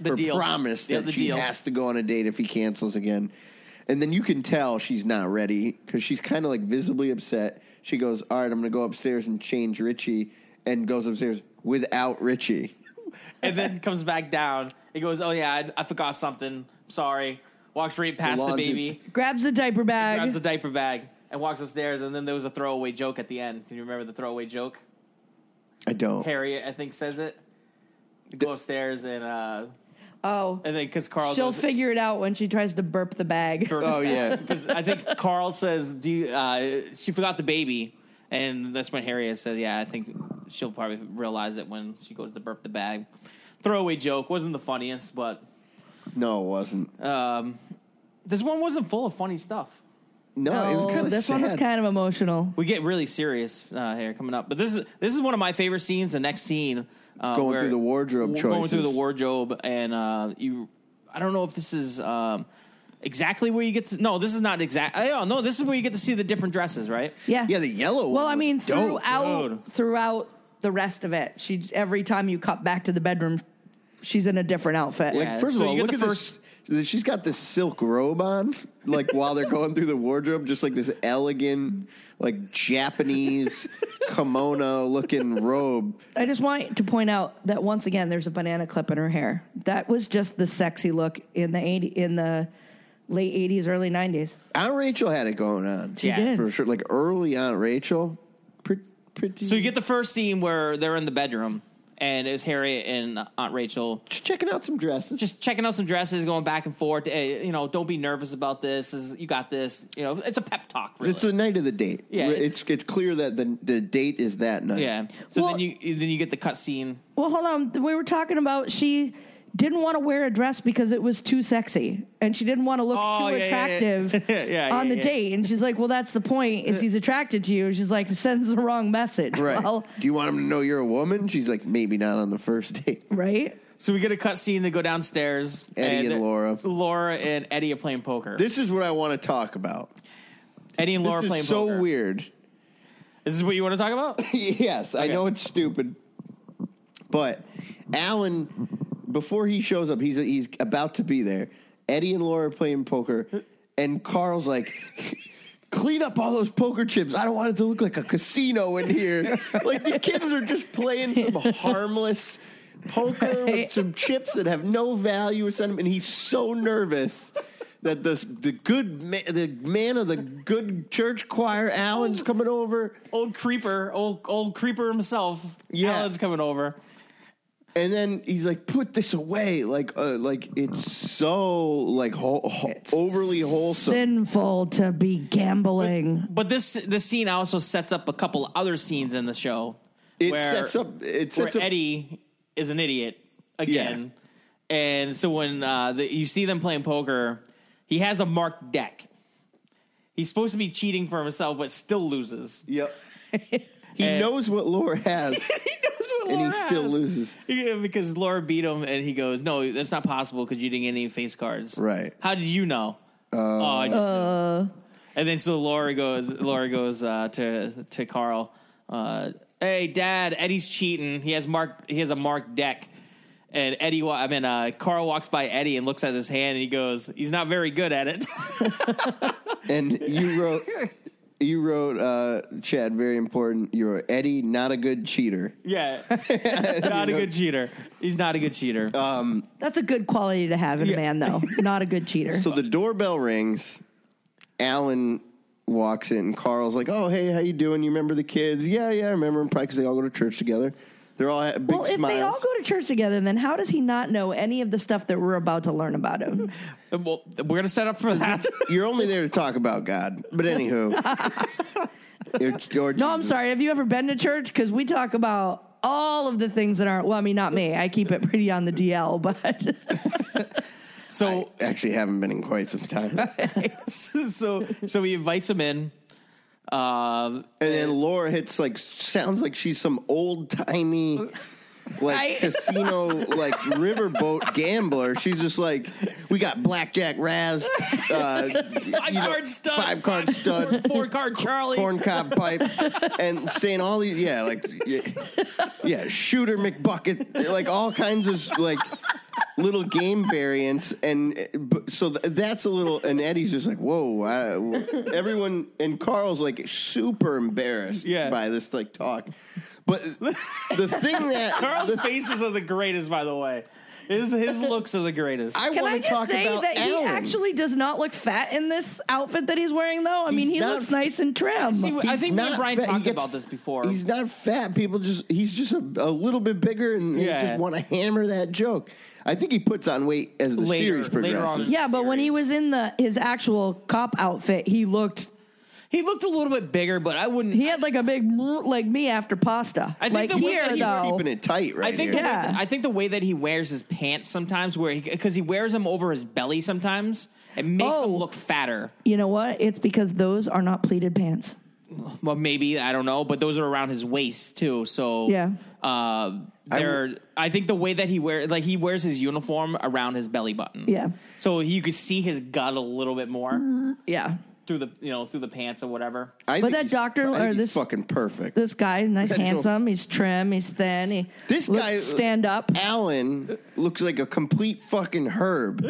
The
her
deal.
promise
Yeah,
that
the
she
deal.
has to go on a date if he cancels again. And then you can tell she's not ready because she's kind of like visibly upset. She goes, "All right, I'm going to go upstairs and change Richie," and goes upstairs without Richie.
and then comes back down. It goes, oh yeah, I, I forgot something. Sorry. Walks right past the,
laundry-
baby,
Grabs the diaper bag.
grabs the diaper bag, and walks upstairs. And then there was a throwaway joke at the end. Can you remember the throwaway joke?
I don't.
Harriet, I think, says it. Go upstairs and uh,
oh,
and then because Carl
she'll
goes,
figure it out when she tries to burp the bag.
Oh yeah,
because I think Carl says, "Do you, uh, she forgot the baby?" And that's when Harriet said, "Yeah, I think she'll probably realize it when she goes to burp the bag." Throwaway joke wasn't the funniest, but
no, it wasn't.
um, this one wasn't full of funny stuff.
No, it was
Oh,
kind of
this
sad.
one was kind of emotional.
We get really serious uh, here coming up, but this is this is one of my favorite scenes. The next scene, uh,
Going
where-
through the wardrobe
going through
choices.
the wardrobe, and uh, you. I don't know if this is um, exactly where you get to. No, this is not exact. I don't know. This is where you get to see the different dresses, right?
Yeah.
yeah, the yellow.
Well,
one
I
was
mean,
dope.
throughout
Dude.
throughout the rest of it, she every time you cut back to the bedroom, she's in a different outfit.
Like
Yeah,
first
so
of all,
you get
look
the
at this. She's got this silk robe on, like while they're going through the wardrobe, just like this elegant, like Japanese kimono looking robe.
I just want to point out that once again, there's a banana clip in her hair. That was just the sexy look in the 80, in the late '80s, early '90s.
Aunt Rachel had it going on.
She
Yeah,
did.
for sure. Like early Aunt Rachel, pretty. pretty
So you get the first scene where they're in the bedroom, and it's Harriet and Aunt Rachel
checking out some dresses.
just checking out some dresses, going back and forth. Hey, you know, don't be nervous about this. this is, you got this. You know, it's a pep talk. Really.
It's the night of the date.
Yeah, it's-
it's it's clear that the the date is that night.
yeah. So
Well-
then you then you get the cut scene.
Well, hold on. We were talking about she didn't want to wear a dress because it was too sexy, and she didn't want to look
Oh,
too
yeah, yeah, yeah.
attractive
Yeah, yeah,
on the
yeah.
date. And she's like, "Well, that's the point. Is he's attracted to you?" And she's like, "Sends the wrong message."
Right.
Well,
Do you want him to know you're a woman? She's like, maybe not on the first date.
right.
So we get a cut scene. They go downstairs.
Eddie and
they're-
Laura.
Laura and Eddie are playing poker.
This is what I want to talk about.
Eddie and Laura
this
playing
is so
poker.
weird.
This is what you want to talk about?
yes, I know it's stupid, but Alan, before he shows up, he's he's about to be there. Eddie and Laura are playing poker, and Carl's like. Clean up all those poker chips. I don't want it to look like a casino in here. like the kids are just playing some harmless poker with
Right.
some chips that have no value or something. And he's so nervous that this the good ma- the man of the good church choir, Alan's coming over.
old creeper, old old creeper himself.
Yeah.
Alan's coming over.
And then he's like, "Put this away!" Like, uh, like it's so like ho- ho- overly wholesome.
Sinful to be gambling.
But this this scene also sets up a couple other scenes in the show.
It sets up. It
where
sets up.
Eddie is an idiot again. And so when uh, the, you see them playing poker, he has a marked deck. He's supposed to be cheating for himself, but still loses.
yep. he
And-
knows what Laura has.
he knows what
And he
Laura
still
has.
loses.
Yeah, because Laura beat him, and he goes, "No, that's not possible because you didn't get any face cards."
Right.
How did you know? oh, I just knew." And then so Laura goes, Laura goes uh, to to Carl. Uh, hey, Dad, Eddie's cheating. He has mark. He has a marked deck. And Eddie, wa- I mean, uh, Carl walks by Eddie and looks at his hand, and he goes, "He's not very good at it."
And you wrote, you wrote, uh, Chad, very important. You wrote Eddie, not a good cheater.
yeah, not a good cheater. He's not a good cheater.
Uh,
That's a good quality to have in
Yeah.
a man, though. Not a good cheater.
So the doorbell rings. Alan walks in. and Carl's like, "Oh, hey, how you doing? You remember the kids? Yeah, yeah, I remember them. Probably because they all go to church together. They're all ha- big
well, if
smiles.
they all go to church together, then how does he not know any of the stuff that we're about to learn about him?
well, we're gonna set up for that.
You're only there to talk about God. But anywho, Or- or
No, Oh, I'm
Jesus.
sorry. Have you ever been to church? Because we talk about all of the things that aren't. Well, I mean, not me. I keep it pretty on the DL, but
so
Actually, haven't been in quite some time.
so so he invites him in. Uh,
And then Laura hits like sounds like she's some old timey like
Right?
casino like riverboat gambler. She's just like, we got blackjack, Raz, uh,
five card stud,
five card stud,
four card Charlie.
corn cob pipe, and saying all these yeah like yeah, yeah shooter McBucket like all kinds of like little game variants and uh, but- so th- that's a little and Eddie's just like whoa I, w- everyone and Carl's like super embarrassed
Yeah.
by this like talk but the thing that
Carl's faces are the greatest, by the way. His his looks are the greatest.
I
can I
want to
just
talk
say
about
that he
Alan.
actually does not look fat in this outfit that he's wearing, though? I mean,
He's
he
not
looks
f-
nice and trim.
See, I think me and
not
Brian
fat. He
talked
gets-
about this before.
He's not fat. People just he's just a, a little bit bigger, and
Yeah.
they just want to hammer that joke. I think he puts on weight as the
Later-
series progresses.
later on.
yeah, but when he
serious.
was in the his actual cop outfit, he looked.
he looked a little bit bigger, but I wouldn't.
He had like a big like me after pasta.
I think
like
the way that
here
he's
though.
keeping it tight right
I think
here.
the way-
Yeah.
I think the way that he wears his pants sometimes, where because he, wears them over his belly sometimes, it makes him
Oh.
look fatter.
You know what? It's because those are not pleated pants.
Well, maybe I don't know, but those are around his waist too. So
Yeah.
uh, they're. I think the way that he wears, like he wears his uniform around his belly button.
Yeah.
so you could see his gut a little bit more
Yeah.
through the you know through the pants or whatever.
I
But
think
that
he's-
doctor-
I think
or
he's
this-
fucking perfect.
This guy, nice,
That's
handsome. He's trim. He's thin. He
This
looks
guy-
stand up.
Alan looks like a complete fucking herb.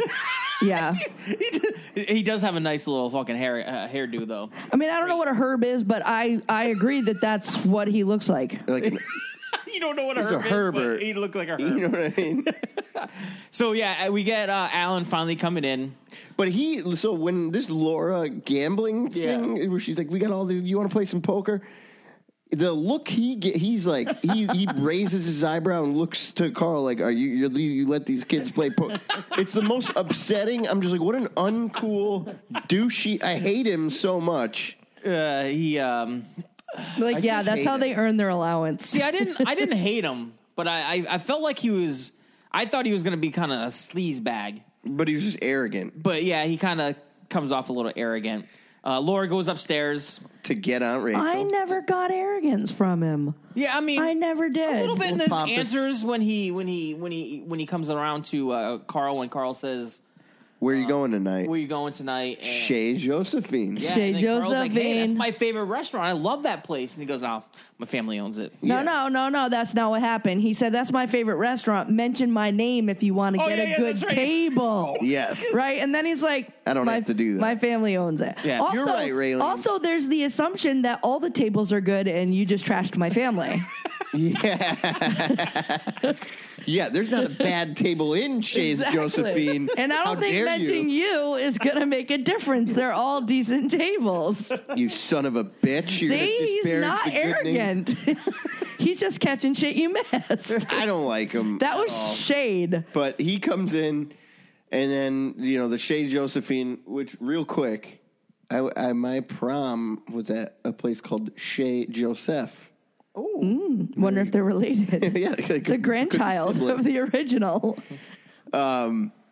Yeah.
He, d- he does have a nice little fucking hair uh, hairdo though.
I mean, I don't know what a herb is, but I I agree that that's what he looks like.
Like an-
you don't know what a
He's a
herb is, but
Herbert.
he looked like a herb.
you know what I mean?
So yeah, we get uh, Alan finally coming in.
But he so when this Laura gambling
Yeah.
thing where she's like, "We got all the you want to play some poker." The look he get, he's like he he raises his eyebrow and looks to Carl like, "Are you you're, you let these kids play poker?" it's the most upsetting. I'm just like, what an uncool douchey. I hate him so much.
Uh, he um,
Like,
I
yeah,
just
that's
hate
how
it.
they earn their allowance.
see, I didn't, I didn't hate him, but I, I, I felt like he was. I thought he was going to be kind of a sleaze bag,
But he was just arrogant
but yeah, he kind of comes off a little arrogant. Uh, Laura goes upstairs.
to get Aunt Rachel.
I never got arrogance from him.
Yeah, I mean,
I never did.
a little bit in his
Pompous.
answers when he when he when he when he comes around to uh, Carl when Carl says,
Where are you going tonight?
"Where you going tonight?" And-
Shay Josephine.
Yeah,
Chez
and then Carl's like, hey, that's
Josephine.
my favorite restaurant. I love that place. And he goes, "Oh, my family owns it."
No,
Yeah.
no, no, no. That's not what happened. He said, "That's my favorite restaurant. Mention my name if you want to
Oh,
get
yeah,
a
yeah,
good
that's right.
table."
Yes.
Right, and then he's like,
I don't
my-
have to do that.
My family owns it.
Yeah.
also,
You're right, Raylene.
Also, there's the assumption that all the tables are good, and you just trashed my family.
Yeah, there's not a bad table in Shay's
Exactly.
Josephine.
And I don't
How
think
dare
mentioning you. is going to make a difference. They're all decent tables.
You son of a bitch. You're gonna
See, he's
disparage
not
the good name.
arrogant. he's just catching shit you missed.
I don't like him.
That
at
was
all.
shade.
But he comes in, and then, you know, the Shay Josephine, which, real quick, I, I my prom was at a place called Shay Joseph.
Wonder if they're related.
yeah, like
It's a grandchild of the original.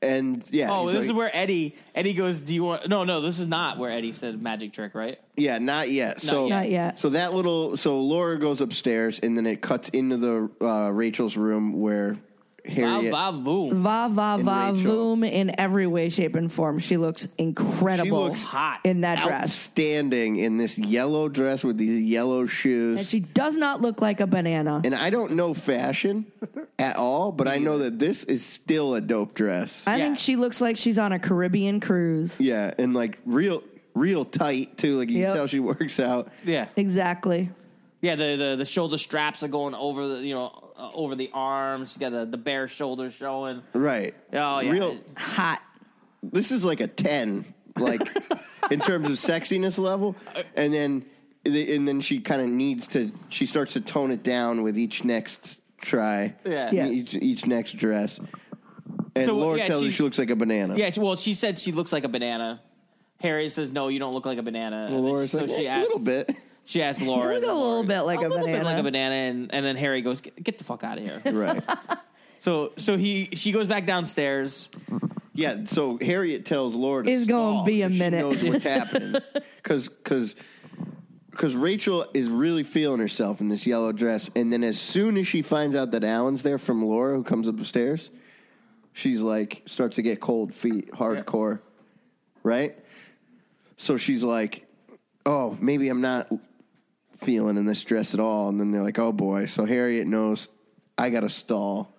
And yeah,
Oh,
he's
this
like,
is where Eddie Eddie goes. Do you want? No, no, this is not where Eddie said magic trick, right?
Yeah, not yet. So
yet.
Not yet.
So that little so Laura goes upstairs and then it cuts into the uh, Rachel's room where Harriet.
Va, va, voom.
Va va
And
va
Rachel.
boom in every way, shape, and form. She looks incredible.
She looks
hot.
in that dress,
Outstanding in this yellow dress with these yellow shoes.
and she does not look like a banana.
and I don't know fashion at all, but I know that this is still a dope dress.
I
Yeah.
think she looks like she's on a Caribbean cruise.
yeah, and like real, real tight too. Like you
Yep.
can tell she works out.
Yeah,
Exactly.
yeah. The, the the shoulder straps are going over the you know uh, over the arms. You got the, the bare shoulders showing.
Right.
Oh, yeah.
Real.
Hot.
This is like a ten, like in terms of sexiness level, and then and then she kind of needs to. She starts to tone it down with each next try.
Yeah.
Yeah.
Each each next dress. And
So,
Laura
yeah,
tells her
she-
she looks like a banana.
Yeah, she- well, she said she looks like a banana. Harriet says, "No, you don't look like a banana." And then
Laura's
so
like,
she
"Eh,
asked,
a little bit.
She asked Laura,
You look
and then
a little
Laura-
bit like a
little bit
banana."
like a banana, and, and then Harry goes, "Get get the fuck out of here."
Right.
so so he she goes back downstairs.
Yeah, so Harriet tells Laura to
It's gonna
stall
be a
'cause she
minute.
knows what's happening because because because Rachel is really feeling herself in this yellow dress, and then as soon as she finds out that Alan's there from Laura, who comes upstairs, she's like starts to get cold feet, hardcore, right? So she's like, "Oh, maybe I'm not feeling in this dress at all." And then they're like, "Oh boy!" So Harriet knows I got to stall.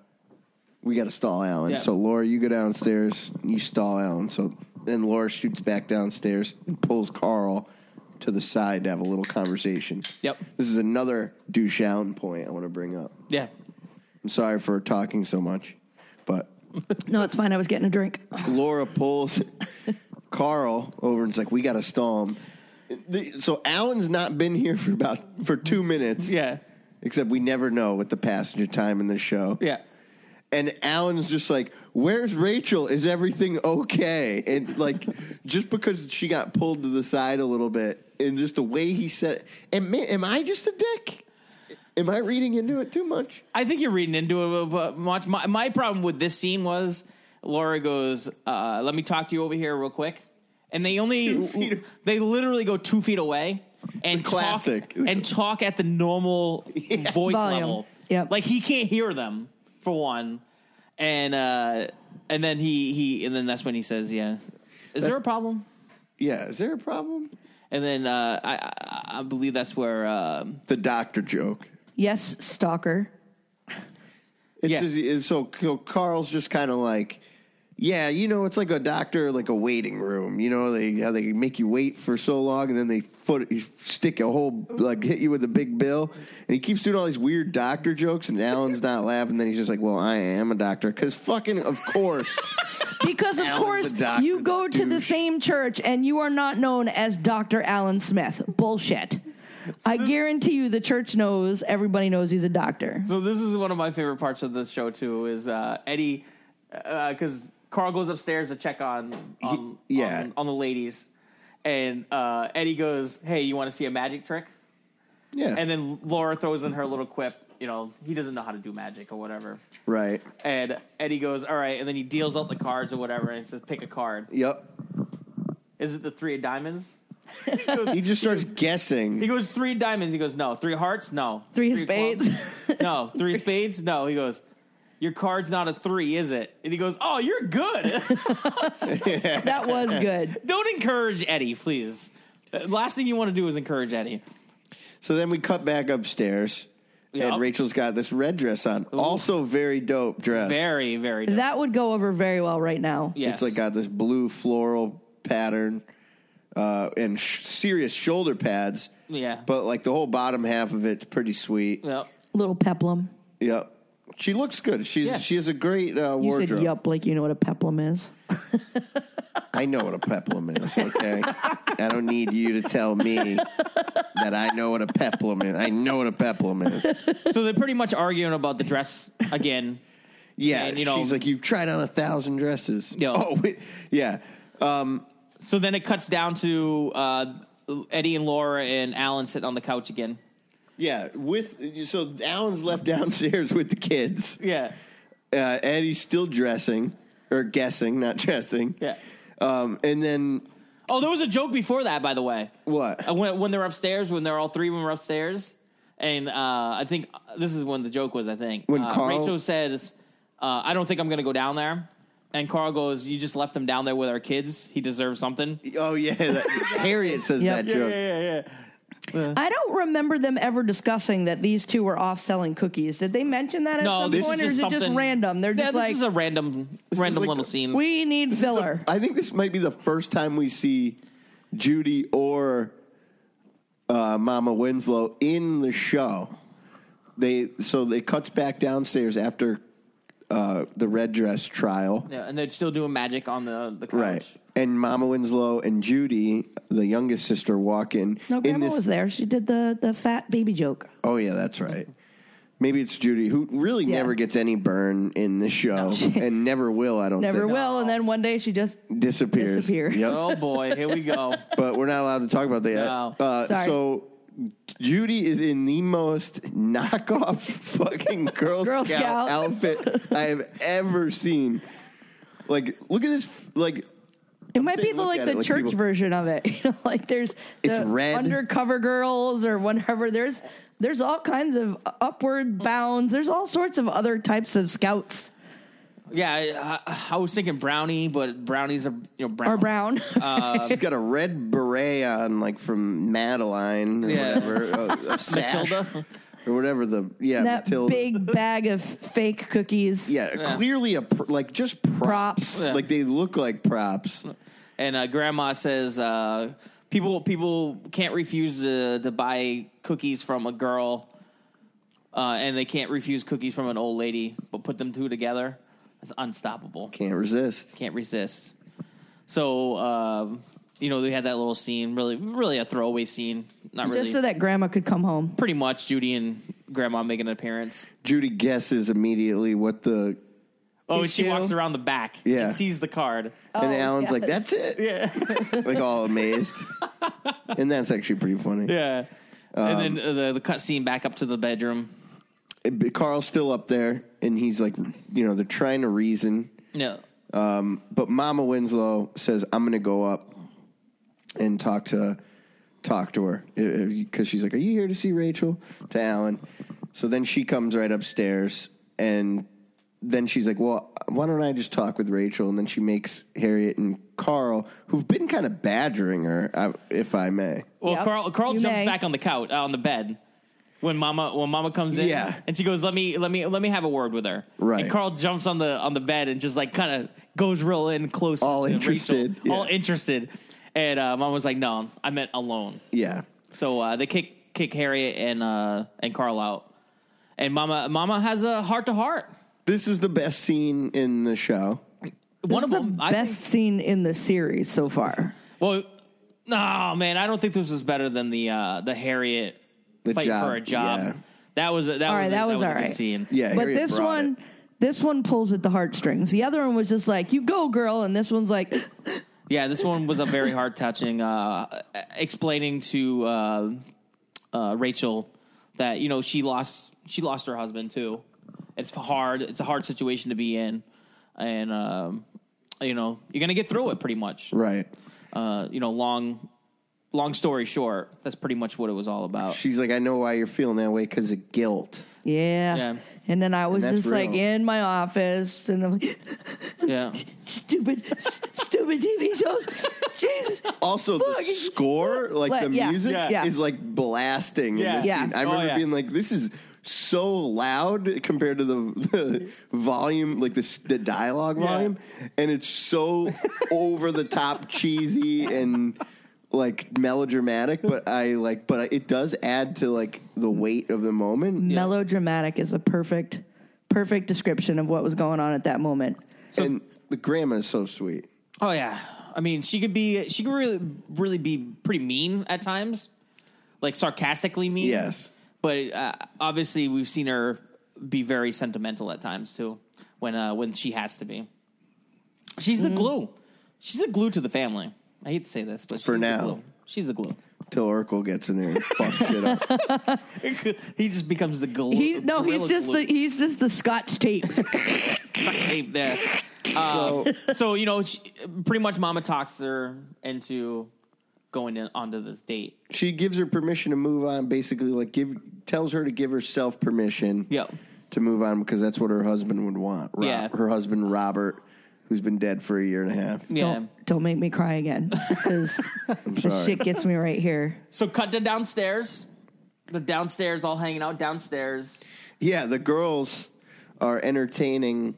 We got to stall Alan.
Yeah.
So Laura, you go downstairs, you stall Alan. So then Laura shoots back downstairs and pulls Carl to the side to have a little conversation.
Yep.
This is another douche Allen point I want to bring up.
Yeah,
I'm sorry for talking so much, but
No, it's fine. I was getting a drink.
Laura pulls Carl over and's like, "We got to stall him." The- So Alan's not been here for about for two minutes.
yeah,
Except we never know with the passenger time in the show.
yeah.
And Alan's just like, "Where's Rachel? Is everything okay?" And like, just because she got pulled to the side a little bit, and just the way he said, it, and man, am I just a dick? Am I reading into it too much?
I think you're reading into it but much. My, my problem with this scene was Laura goes, uh, "Let me talk to you over here real quick," and they only they literally go two feet away and
classic.
talk, and talk at the normal voice
Volume.
level.
Yep.
like he can't hear them for one, and uh, and then he he and then that's when he says, "Yeah, is there a problem?"
Yeah, is there a problem?
And then uh, I, I I believe that's where um,
The doctor joke.
Yes, stalker.
It's
Yeah.
just, it's so so Carl's just kind of like, yeah, you know, it's like a doctor, like a waiting room. You know, they how they make you wait for so long, and then they foot you stick a whole like hit you with a big bill, and he keeps doing all these weird doctor jokes, and Alan's not laughing. Then he's just like, well, I am a doctor because fucking of course.
Because of
Alan's
course
a doctor,
you go
that
to the
douche.
same church and you are not known as Dr. Alan Smith. Bullshit. I guarantee you the church knows everybody knows he's a doctor.
So this is one of my favorite parts of the show too. Is uh, Eddie because Carl goes upstairs to check on um, on,
He- yeah.
on, on the ladies, and uh, Eddie goes, "Hey, you want to see a magic trick?"
yeah,
And then Laura throws in her little quip. You know, he doesn't know how to do magic or whatever.
right,
And Eddie goes, "All right," and then he deals out the cards or whatever, and says, "Pick a card."
yep.
Is it the three of diamonds?
He just starts guessing.
He goes three diamonds. He goes, "No, three hearts, no,
Three
clubs?
spades.
no, three spades, no." He goes, "Your card's not a three, is it?" And he goes, "Oh, you're good."
That was good.
Don't encourage Eddie, please. Uh, Last thing you want to do is encourage Eddie.
So then we cut back upstairs,
Yep.
and Rachel's got this red dress on, also very dope dress.
Very, very. Dope.
That would go over very well right now.
yes.
It's like got this blue floral pattern uh, and sh- serious shoulder pads.
Yeah.
But like the whole bottom half of it's pretty sweet.
Yep.
Little peplum.
Yep. She looks good. She's
Yeah.
she has a great uh,
You
wardrobe.
said yup like you know what a peplum is.
I know what a peplum is. Okay, I don't need you to tell me that I know what a peplum is. I know what a peplum is.
So they're pretty much arguing about the dress again.
Yeah,
And, you know-
she's like you've tried on a thousand dresses.
Yeah.
Oh, wait. yeah.
So then it cuts down to uh, Eddie and Laura and Alan sitting on the couch again.
Yeah, with so Alan's left downstairs with the kids.
Yeah.
uh, Eddie's still dressing or guessing, not dressing.
Yeah.
Um, and then
Oh, there was a joke before that, by the way.
what?
Uh, when when they're upstairs, when they're all three of them are upstairs, and uh, I think uh, this is when the joke was. I think
When
uh,
Carl-
Rachel says, Uh, I don't think I'm going to go down there. And Carl goes, You just left them down there with our kids. He deserves something.
Oh yeah, that- Harriet says
Yep.
that joke.
yeah,
I don't remember them ever discussing that these two were off selling cookies. Did they mention that at
No,
some
this
point,
is
or
just
is it just
something-
random? They're
yeah
just
this
like,
is a random, random
like
little
the-
scene.
we need filler.
I think this might be the first time we see Judy or uh, Mama Winslow in the show. They so they cuts back downstairs after uh, the red dress trial,
yeah, and they're still doing magic on the, the couch.
right? And Mama Winslow and Judy, the youngest sister, walk in.
no,
in
Grandma
this,
was there. She did the the fat baby joke.
Oh yeah, that's right. Maybe it's Judy who really
Yeah.
never gets any burn in this show and never will. I don't
Never
think.
will. And then one day she just
disappears.
Disappears.
Yep.
Oh boy, here we go.
but we're not allowed to talk about that yet.
No.
Uh,
Sorry.
So Judy is in the most knockoff fucking Girl,
Girl
Scout,
Scout.
outfit I have ever seen. Like, look at this. f- Like,
It might be
saying
the
look
like
at
the
it, like
church
people-
version of it. You know, like there's
It's
the
red.
undercover girls or whatever. There's there's all kinds of upward bounds. There's all sorts of other types of scouts
Yeah, I, I, I was thinking brownie, but brownies are you know brown.
or brown.
uh, she's got a red beret on, like from Madeline or
Yeah.
whatever, a, a sash
Matilda.
or whatever the yeah
that
Matilda.
big bag of fake cookies.
yeah, clearly a pr- like just props.
Props.
Yeah.
Like they look like props.
And uh, grandma says, uh, people people can't refuse to, to buy cookies from a girl, uh, and they can't refuse cookies from an old lady, but put them two together. It's unstoppable.
Can't resist.
Can't resist. So, uh, you know, they had that little scene, really, really a throwaway scene. Not really.
Just so that grandma could come home.
Pretty much Judy and grandma making an appearance.
Judy guesses immediately what the
Oh,
You
and she
too.
walks around the back.
Yeah.
And sees the card.
And
Oh,
Alan's like,
yes.
that's it. Yeah. like all amazed. and that's actually pretty funny.
Yeah. and then uh, the, the cut scene back up to the bedroom.
And B- Carl's still up there and he's like, you know, they're trying to reason.
Yeah.
Um, but Mama Winslow says, I'm going to go up and talk to talk to her because she's like, are you here to see Rachel? To Alan. So then she comes right upstairs and then she's like, well, why don't I just talk with Rachel? And then she makes Harriet and Carl, who've been kind of badgering her, I- if I may.
Well,
Yep.
Carl Carl
You
jumps
may.
back on the couch uh, on the bed when Mama when Mama comes in.
Yeah.
and she goes, "Let me let me let me have a word with her."
Right.
And Carl jumps on the on the bed and just like kind of goes real in close,
All
to
interested,
Rachel,
yeah.
all interested. And uh, Mama was like, "No, I meant alone."
Yeah.
So uh, they kick kick Harriet and uh, and Carl out, and Mama Mama has a heart to heart.
This is the best scene in the show.
One of
This is
them,
the
I
best
think-
scene in the series so far.
Well, no, man, I don't think this was better than the uh, the Harriet
The
fight
job,
for a job.
yeah.
That was a, that
All
was
right,
a,
that was
a
all
good
right.
scene.
Yeah,
but
Harriet
this
brought
one,
it.
this one pulls at the heartstrings. The other one was just like, "You go, girl," and this one's like,
Yeah, this one was a very heart touching, uh, explaining to uh, uh, Rachel that you know she lost she lost her husband too. It's hard. It's a hard situation to be in, and um, you know you're gonna get through it pretty much.
Right.
Uh, you know, long long story short, that's pretty much what it was all about.
She's like, I know why you're feeling that way because of guilt.
"Yeah."
Yeah.
And then I was
that's
just like
real.
in my office, and I'm like,
Yeah,
"Stupid, stupid TV shows, Jesus."
Also, the
Look, it's-
score, like
Like,
the
yeah.
music,
Yeah.
is like blasting. In
Yeah.
this
Yeah.
Scene. I
Oh,
remember
yeah.
being like, this is so loud compared to the, the volume, like the, s- the dialogue
Yeah.
volume. And it's so over the top, cheesy, and like melodramatic. But I like, but I, it does add to like the weight of the moment.
Melodramatic is a perfect, perfect description of what was going on at that moment.
and the grandma is so sweet.
Oh yeah, I mean she could be she could really really be pretty mean at times, like sarcastically mean.
Yes.
but uh, obviously we've seen her be very sentimental at times too when uh, when she has to be. She's
Mm-hmm.
the glue. She's the glue to the family. I hate to say this, but
For
she's
now.
the glue. she's the glue.
Till Urkel gets in there and fucks shit up.
he just becomes the glue.
He's no, he's
gorilla
just
glue.
the he's just the Scotch tape.
Duct tape there. Uh, so you know, she, pretty much, Mama talks her into going in, onto this date.
she gives her permission to move on basically like give tells her to give herself permission
Yep.
to move on because that's what her husband would want. Rob,
Yeah.
her husband Robert, who's been dead for a year and a half.
Yeah.
Don't, don't make me cry again because this
sorry.
shit gets me right here.
So cut to downstairs. The downstairs, all hanging out downstairs.
Yeah, the girls are entertaining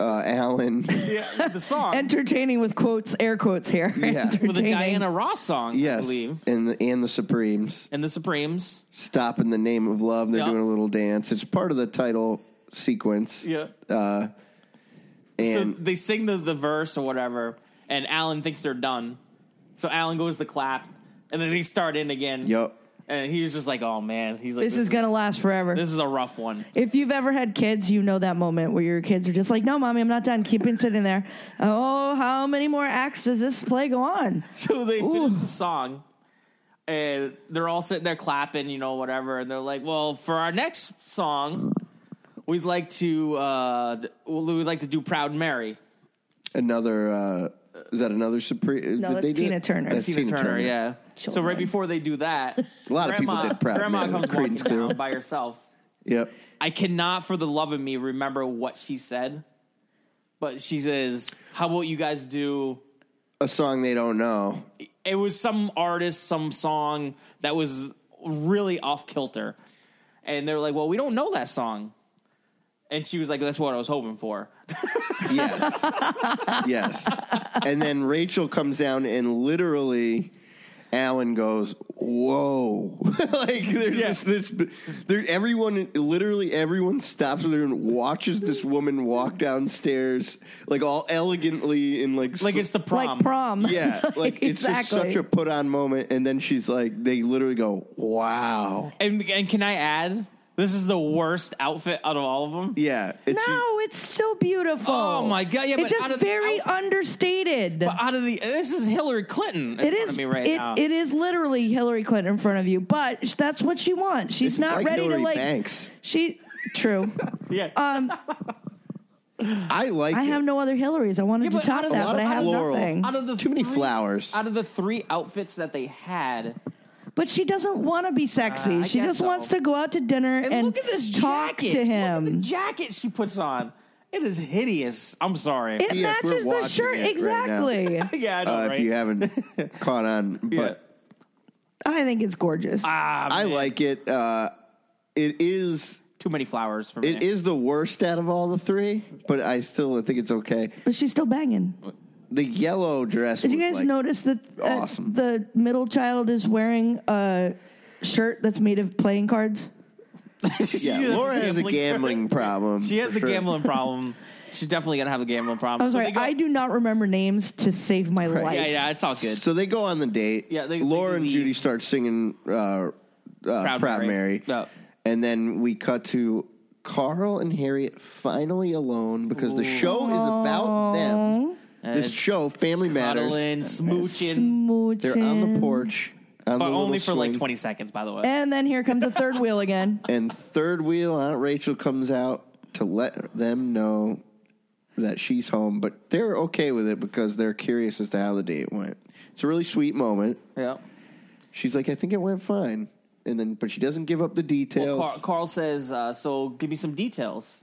uh, Alan.
Yeah, the song
Entertaining with quotes, air quotes here.
Yeah. With a
with the
Entertaining.
Diana Ross song, I
yes,
believe,
and the, and the Supremes.
and the Supremes.
Stop in the name of love. They're
Yep.
doing a little dance. It's part of the title sequence.
Yeah.
Uh, and
so they sing the, the verse or whatever, and Alan thinks they're done. So Alan goes to clap, and then they start in again.
Yup.
And he was just like, "Oh man," he's like,
This is gonna last forever.
this is a rough one."
If you've ever had kids, you know that moment where your kids are just like, "No, mommy, I'm not done. Keep it sitting there." Oh, how many more acts does this play go on?
So they
Ooh.
finish the song, and they're all sitting there clapping, you know, whatever. And they're like, "Well, for our next song, we'd like to uh, th- we'd like to do Proud Mary."
another uh, is that another Supreme?
No, that's Tina Turner.
That's
Tina, Turner, yeah. So right
Children.
before they do that,
A lot of people did Proud
Grandma
Mary.
comes walking
Creedence Clearwater.
down by herself.
Yep.
I cannot, for the love of me, remember what she said. But she says, "How about you guys do?"
A song they don't know.
It was some artist, some song that was really off kilter, and they're like, "Well, we don't know that song." And she was like, "That's what I was hoping for."
Yes. yes. And then Rachel comes down and literally Alan goes, "Whoa!" like there's
Yeah.
this, this there, everyone literally everyone stops there and watches this woman walk downstairs like all elegantly in like
Like
sl-
it's the prom.
Like prom.
yeah like it's just such a put on moment and then she's like they literally go, "Wow!"
And, and can I add? This is the worst outfit out of all of them.
Yeah, it's
No, it's still beautiful.
Oh, my God. Yeah,
it's
but out
just
of the
very understated.
But out of the, this is Hillary Clinton in
it
front
is.
of me right
it,
now.
it is literally Hillary Clinton in front of you, but sh- that's what she wants. She's
It's
not
like
ready
Hillary
to like.
Banks.
She true.
yeah.
Um,
I like.
I
it.
have no other Hillarys. I wanted
Yeah,
to
but out
top
of- a
that,
lot
but
of
I have
floral.
nothing.
out of the
too many
three-
flowers.
Out of the three outfits that they had,
But she doesn't want to be sexy.
Uh, I
she
guess
just
so.
wants to go out to dinner and,
and, look at this
talk
jacket.
to
Look at the
him.
jacket she puts on. It is hideous. I'm sorry.
It
Yes, we're
matches the
watching
shirt
it right now.
exactly.
yeah, I know,
uh,
right?
If you haven't caught on, but.
Yeah.
I think it's gorgeous.
Ah,
I
man.
like it. Uh, it is
too many flowers for me.
it is the worst out of all the three, but I still think it's okay.
but she's still banging.
The yellow dress.
Did you
was
guys
like-
notice that uh,
awesome.
the middle child is wearing a shirt that's made of playing cards?
Yeah, Laura has a gambling problem.
She has
for
the
sure.
gambling problem. She's definitely gonna have a gambling problem.
I'm
So
sorry,
they go-
I do not remember names to save my life.
Yeah, yeah, it's all good.
So they go on the date.
Yeah, they-
Laura
they
and
leave.
Judy start singing uh, uh, "Proud,
Mary.
Mary,",
Yeah.
and then we cut to Carl and Harriet finally alone because the show is about them. This
And
show, Family Matters.
Cuddling, smooching,
Smooching.
They're on the porch, on the
but
little
only for like
swing.
20 seconds, by the way.
And then here comes a third wheel again.
And third wheel, Aunt Rachel comes out to let them know that she's home, but they're okay with it because they're curious as to how the date went. It's a really sweet moment.
yeah.
She's like, "I think it went fine," and then, but she doesn't give up the details.
Well, Carl, Carl says, uh, "So give me some details."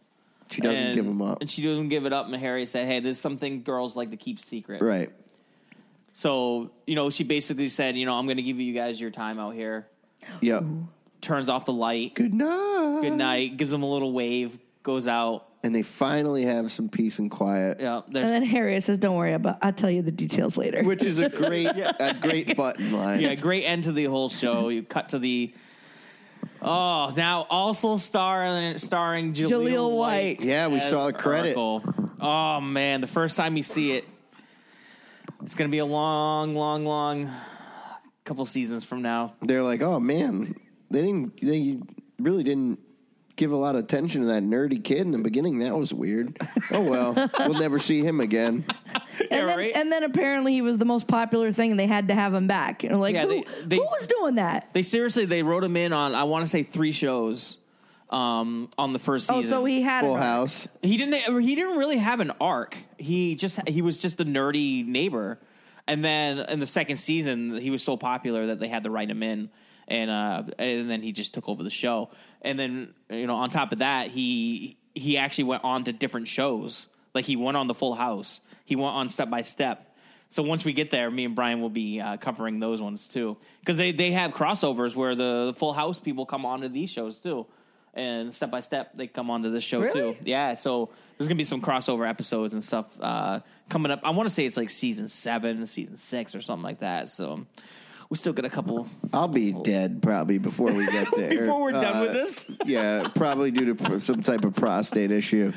she doesn't
and,
give them up,
and she doesn't give it up. And Harry said, "Hey, this is something girls like to keep secret."
right?
So you know, she basically said, "You know, I'm going to give you guys your time out here."
Yep.
Turns off the light.
Good night.
Uh-huh.
Good night. Gives him a little wave. Goes out.
And they finally have some peace and quiet,
Yeah.
And then
There's
Harriet says, Don't worry about I'll tell you the details later.
which is a great, a great button line.
yeah. Great end to the whole show. You cut to the. Oh, now also star, starring Jaleel,
Jaleel White.
Yeah, we
as
saw the credit.
Urkel. Oh man, the first time you see it, it's gonna be a long, long, long couple seasons from now.
They're like, "Oh man, they didn't. They really didn't." Give a lot of attention to that nerdy kid in the beginning. That was weird. Oh well, we'll never see him again.
Yeah,
and, then,
right?
and then apparently he was the most popular thing and they had to have him back. And like,
Yeah,
who,
they- they-
who was doing that?
They seriously they wrote him in on I want to say three shows um, on the first
Oh,
season.
so he had
Full
an arc.
House.
he didn't he didn't really have an arc. He just he was just the nerdy neighbor, and then in the second season he was so popular that they had to write him in. and uh, and then he just took over the show. And then you know, on top of that, he he actually went on to different shows. Like he went on the Full House. He went on Step by Step. So once we get there, me and Brian will be uh, covering those ones too, because they they have crossovers where the Full House people come onto these shows too. And step by step, they come onto this show
Really?
too. Yeah, so there's gonna be some crossover episodes and stuff uh, coming up. I want to say it's like season seven, season six, or something like that. So we still get a couple
I'll be dead probably before we get there.
before we're done
Uh,
with this.
yeah, probably due to pr- some type of prostate issue.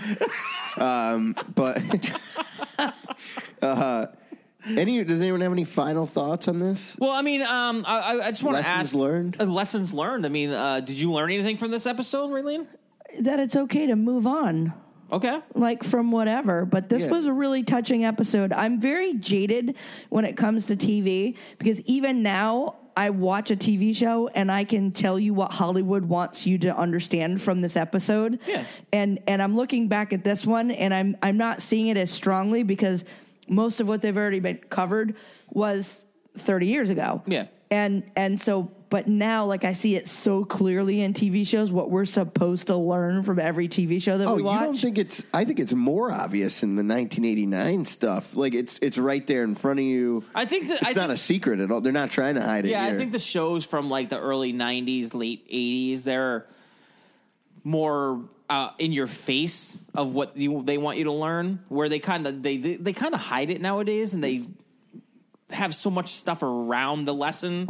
Um, but uh, any does anyone have any final thoughts on this?
Well, I mean, um, I, I- I just want to
Lessons
ask
learned.
Uh, lessons learned. I mean, uh, did you learn anything from this episode, Raylene?
that it's okay to move on,
Okay.
like from whatever. But this
Yeah.
was a really touching episode. I'm very jaded when it comes to TV because even now I watch a TV show and I can tell you what Hollywood wants you to understand from this episode.
Yeah.
And and I'm looking back at this one and I'm I'm not seeing it as strongly because most of what they've already been covered was 30 years ago.
Yeah.
and and so but now like i see it so clearly in tv shows what we're supposed to learn from every tv show that
Oh,
we
you
watch
don't think it's? I think it's more obvious in the 1989 stuff. Like it's it's right there in front of you.
I think that
it's
I
not
think,
a secret at all. They're not trying to hide it.
yeah, I
here.
think the shows from like the early '90s, late '80s, they're more uh, in your face of what you, they want you to learn. Where they kind of they they, they kind of hide it nowadays, and they have so much stuff around the lesson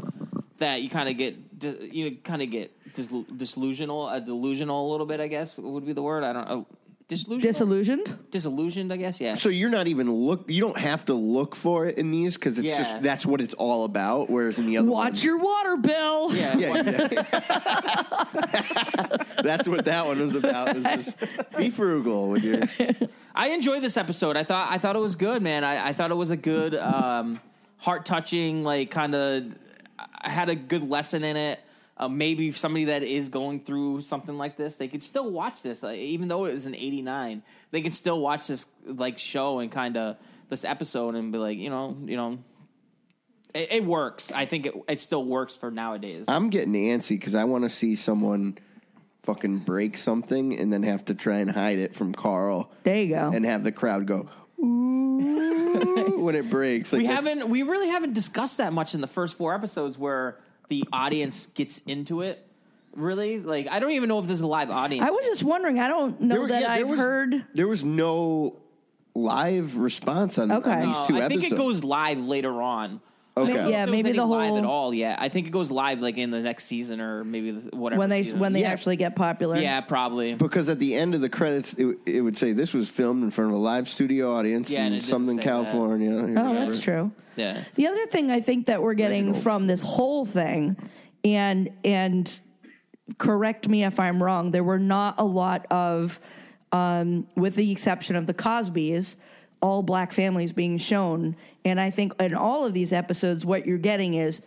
that you kind of get di- you kind of get dis- disillusional, uh, delusional a little bit. I guess would be the word. I don't know. Disillusional?
disillusioned
disillusioned, I guess. Yeah.
so you're not even look. You don't have to look for it in these because it's
Yeah.
just that's what it's all about. Whereas in the other
watch your water bill
Yeah.
Yeah, yeah. That's what that one was about. Was just be frugal with your.
I enjoyed this episode. I thought I thought it was good, man. I, I thought it was a good, um, heart touching, like kind of I had a good lesson in it. Uh, maybe if somebody that is going through something like this, they could still watch this, like, even though it was an '89. They could still watch this like show and kind of this episode and be like, you know, you know, it, it works. I think it it still works for nowadays.
I'm getting antsy because I want to see someone fucking break something and then have to try and hide it from Carl
there you go
and have the crowd go ooh when it breaks. Like
we
that-
haven't we really haven't discussed that much in the first four episodes where the audience gets into it really like i don't even know if this is a live audience
i was just wondering i don't know
were-
that
yeah, there
i've
was-
heard
There was no live response on, on
Okay.
these
Uh,
two
i
episodes.
think it goes live later on
Okay.
I don't know if
Yeah,
there was
maybe
any
the
live
whole-
at all yeah i think it goes live like in the next season or maybe the, whatever
when they
season.
when they
Yeah.
actually get popular
yeah probably
Because at the end of the credits, it, it would say this was filmed in front of a live studio audience
Yeah, and it
in
didn't
Southern
say that.
California. or
oh
whatever.
that's true
yeah
The other thing I think that we're getting
Reginald.
from this whole thing, and and correct me if I'm wrong, there were not a lot of, um, with the exception of the Cosbys, all black families being shown, and I think in all of these episodes, what you're getting is.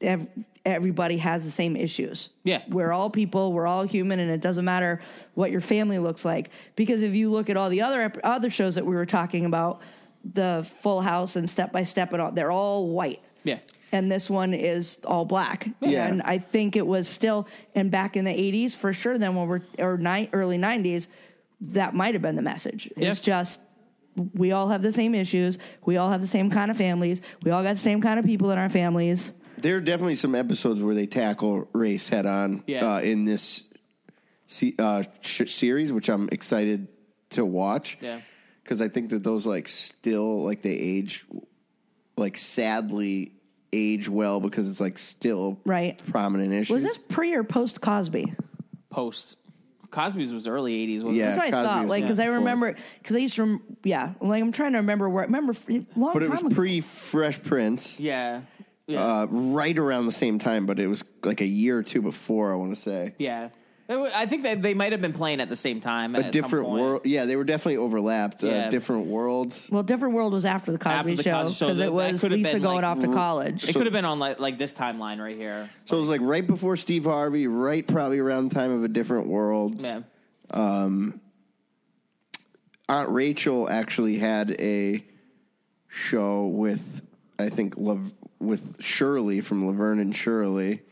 Ev- Everybody has the same issues.
Yeah.
We're all people, we're all human, and it doesn't matter what your family looks like. Because if you look at all the other ep- other shows that we were talking about, the Full House and Step by Step and all, they're all white.
yeah
And this one is all black.
Yeah.
And I think it was still, and back in the 80s, for sure, then when we're, or ni- early 90s, that might have been the message.
Yeah.
It's just, we all have the same issues. We all have the same kind of families. We all got the same kind of people in our families.
There are definitely some episodes where they tackle race head on
Yeah.
uh, in this se- uh, sh- series, which I'm excited to watch.
Yeah.
because I think that those like still like they age, like sadly age well because it's like still
Right.
prominent issues.
Was this pre or post Cosby?
post cosby's was early 80s wasn't
Yeah.
it
That's what I
Cosby
thought.
was
Like, because I
before.
remember, because I used to, rem- yeah, like I'm trying to remember where, I remember f- long
But it
time
was
ago.
pre Fresh Prince,
yeah yeah
uh, right around the same time. But it was like a year or two before. I want to say
yeah It wa- I think that they might have been playing at the same time. at
a
some
different
point.
world. Yeah, they were definitely overlapped.
Yeah.
Uh, different worlds.
Well, Different World was after the Cosby
After the
Show
Cosby Show,
because
that-
it
that
was
could've
Lisa
been,
going
like, Mm-hmm.
Mm-hmm.
off to college.
It could have been on like, like this timeline right here.
So it was like right before Steve Harvey, right probably around the time of a different world.
Yeah.
Aunt Rachel actually had a show with I think Lav- with Shirley from Laverne and Shirley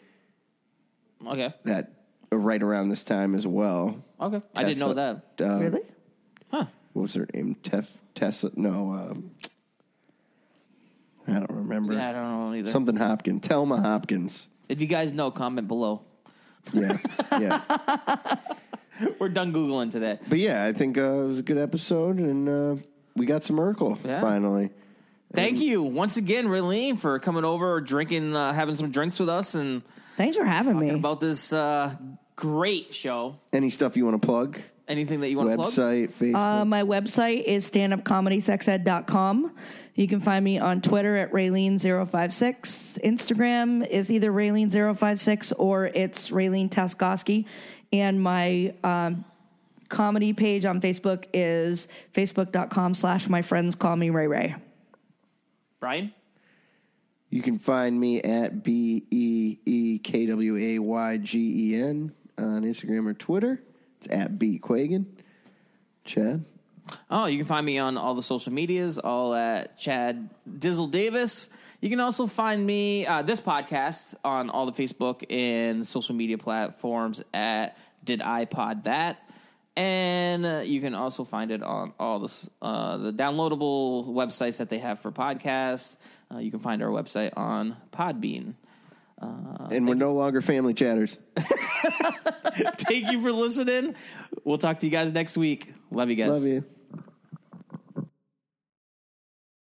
Okay.
that uh, right around this time as well.
Okay. I didn't know that.
Uh,
really?
Huh.
What was her name? Tef, Tessa? No, um, I don't remember.
Yeah, I don't know either.
Something Hopkins. Telma Hopkins.
if you guys know, comment below.
Yeah, yeah.
We're done Googling today.
But yeah, I think uh, it was a good episode, and uh, we got some Urkel
Yeah.
finally. Um,
Thank you once again, Raylene, for coming over, drinking, uh, having some drinks with us, and
Thanks for having me.
talking about this uh, great show.
Any stuff you want to plug?
Anything that you want to plug?
Website, Facebook.
Uh, my website is standupcomedysexed.com. You can find me on Twitter at Raylene056. Instagram is either Raylene056 or it's Raylene Taskoski. And my um, comedy page on Facebook is facebook.com slash my friends call me Ray Ray.
Brian?
You can find me at B E E K W A Y G E N on Instagram or Twitter. It's at B Quagan. Chad.
Oh, you can find me on all the social medias, all at Chad Dizzle Davis. You can also find me uh, this podcast on all the Facebook and social media platforms at Did I Pod That, and uh, you can also find it on all the s- uh, the downloadable websites that they have for podcasts. Uh, you can find our website on Podbean. Uh,
and we're no longer family chatters.
Thank you for listening. We'll talk to you guys next week. Love you guys.
Love you.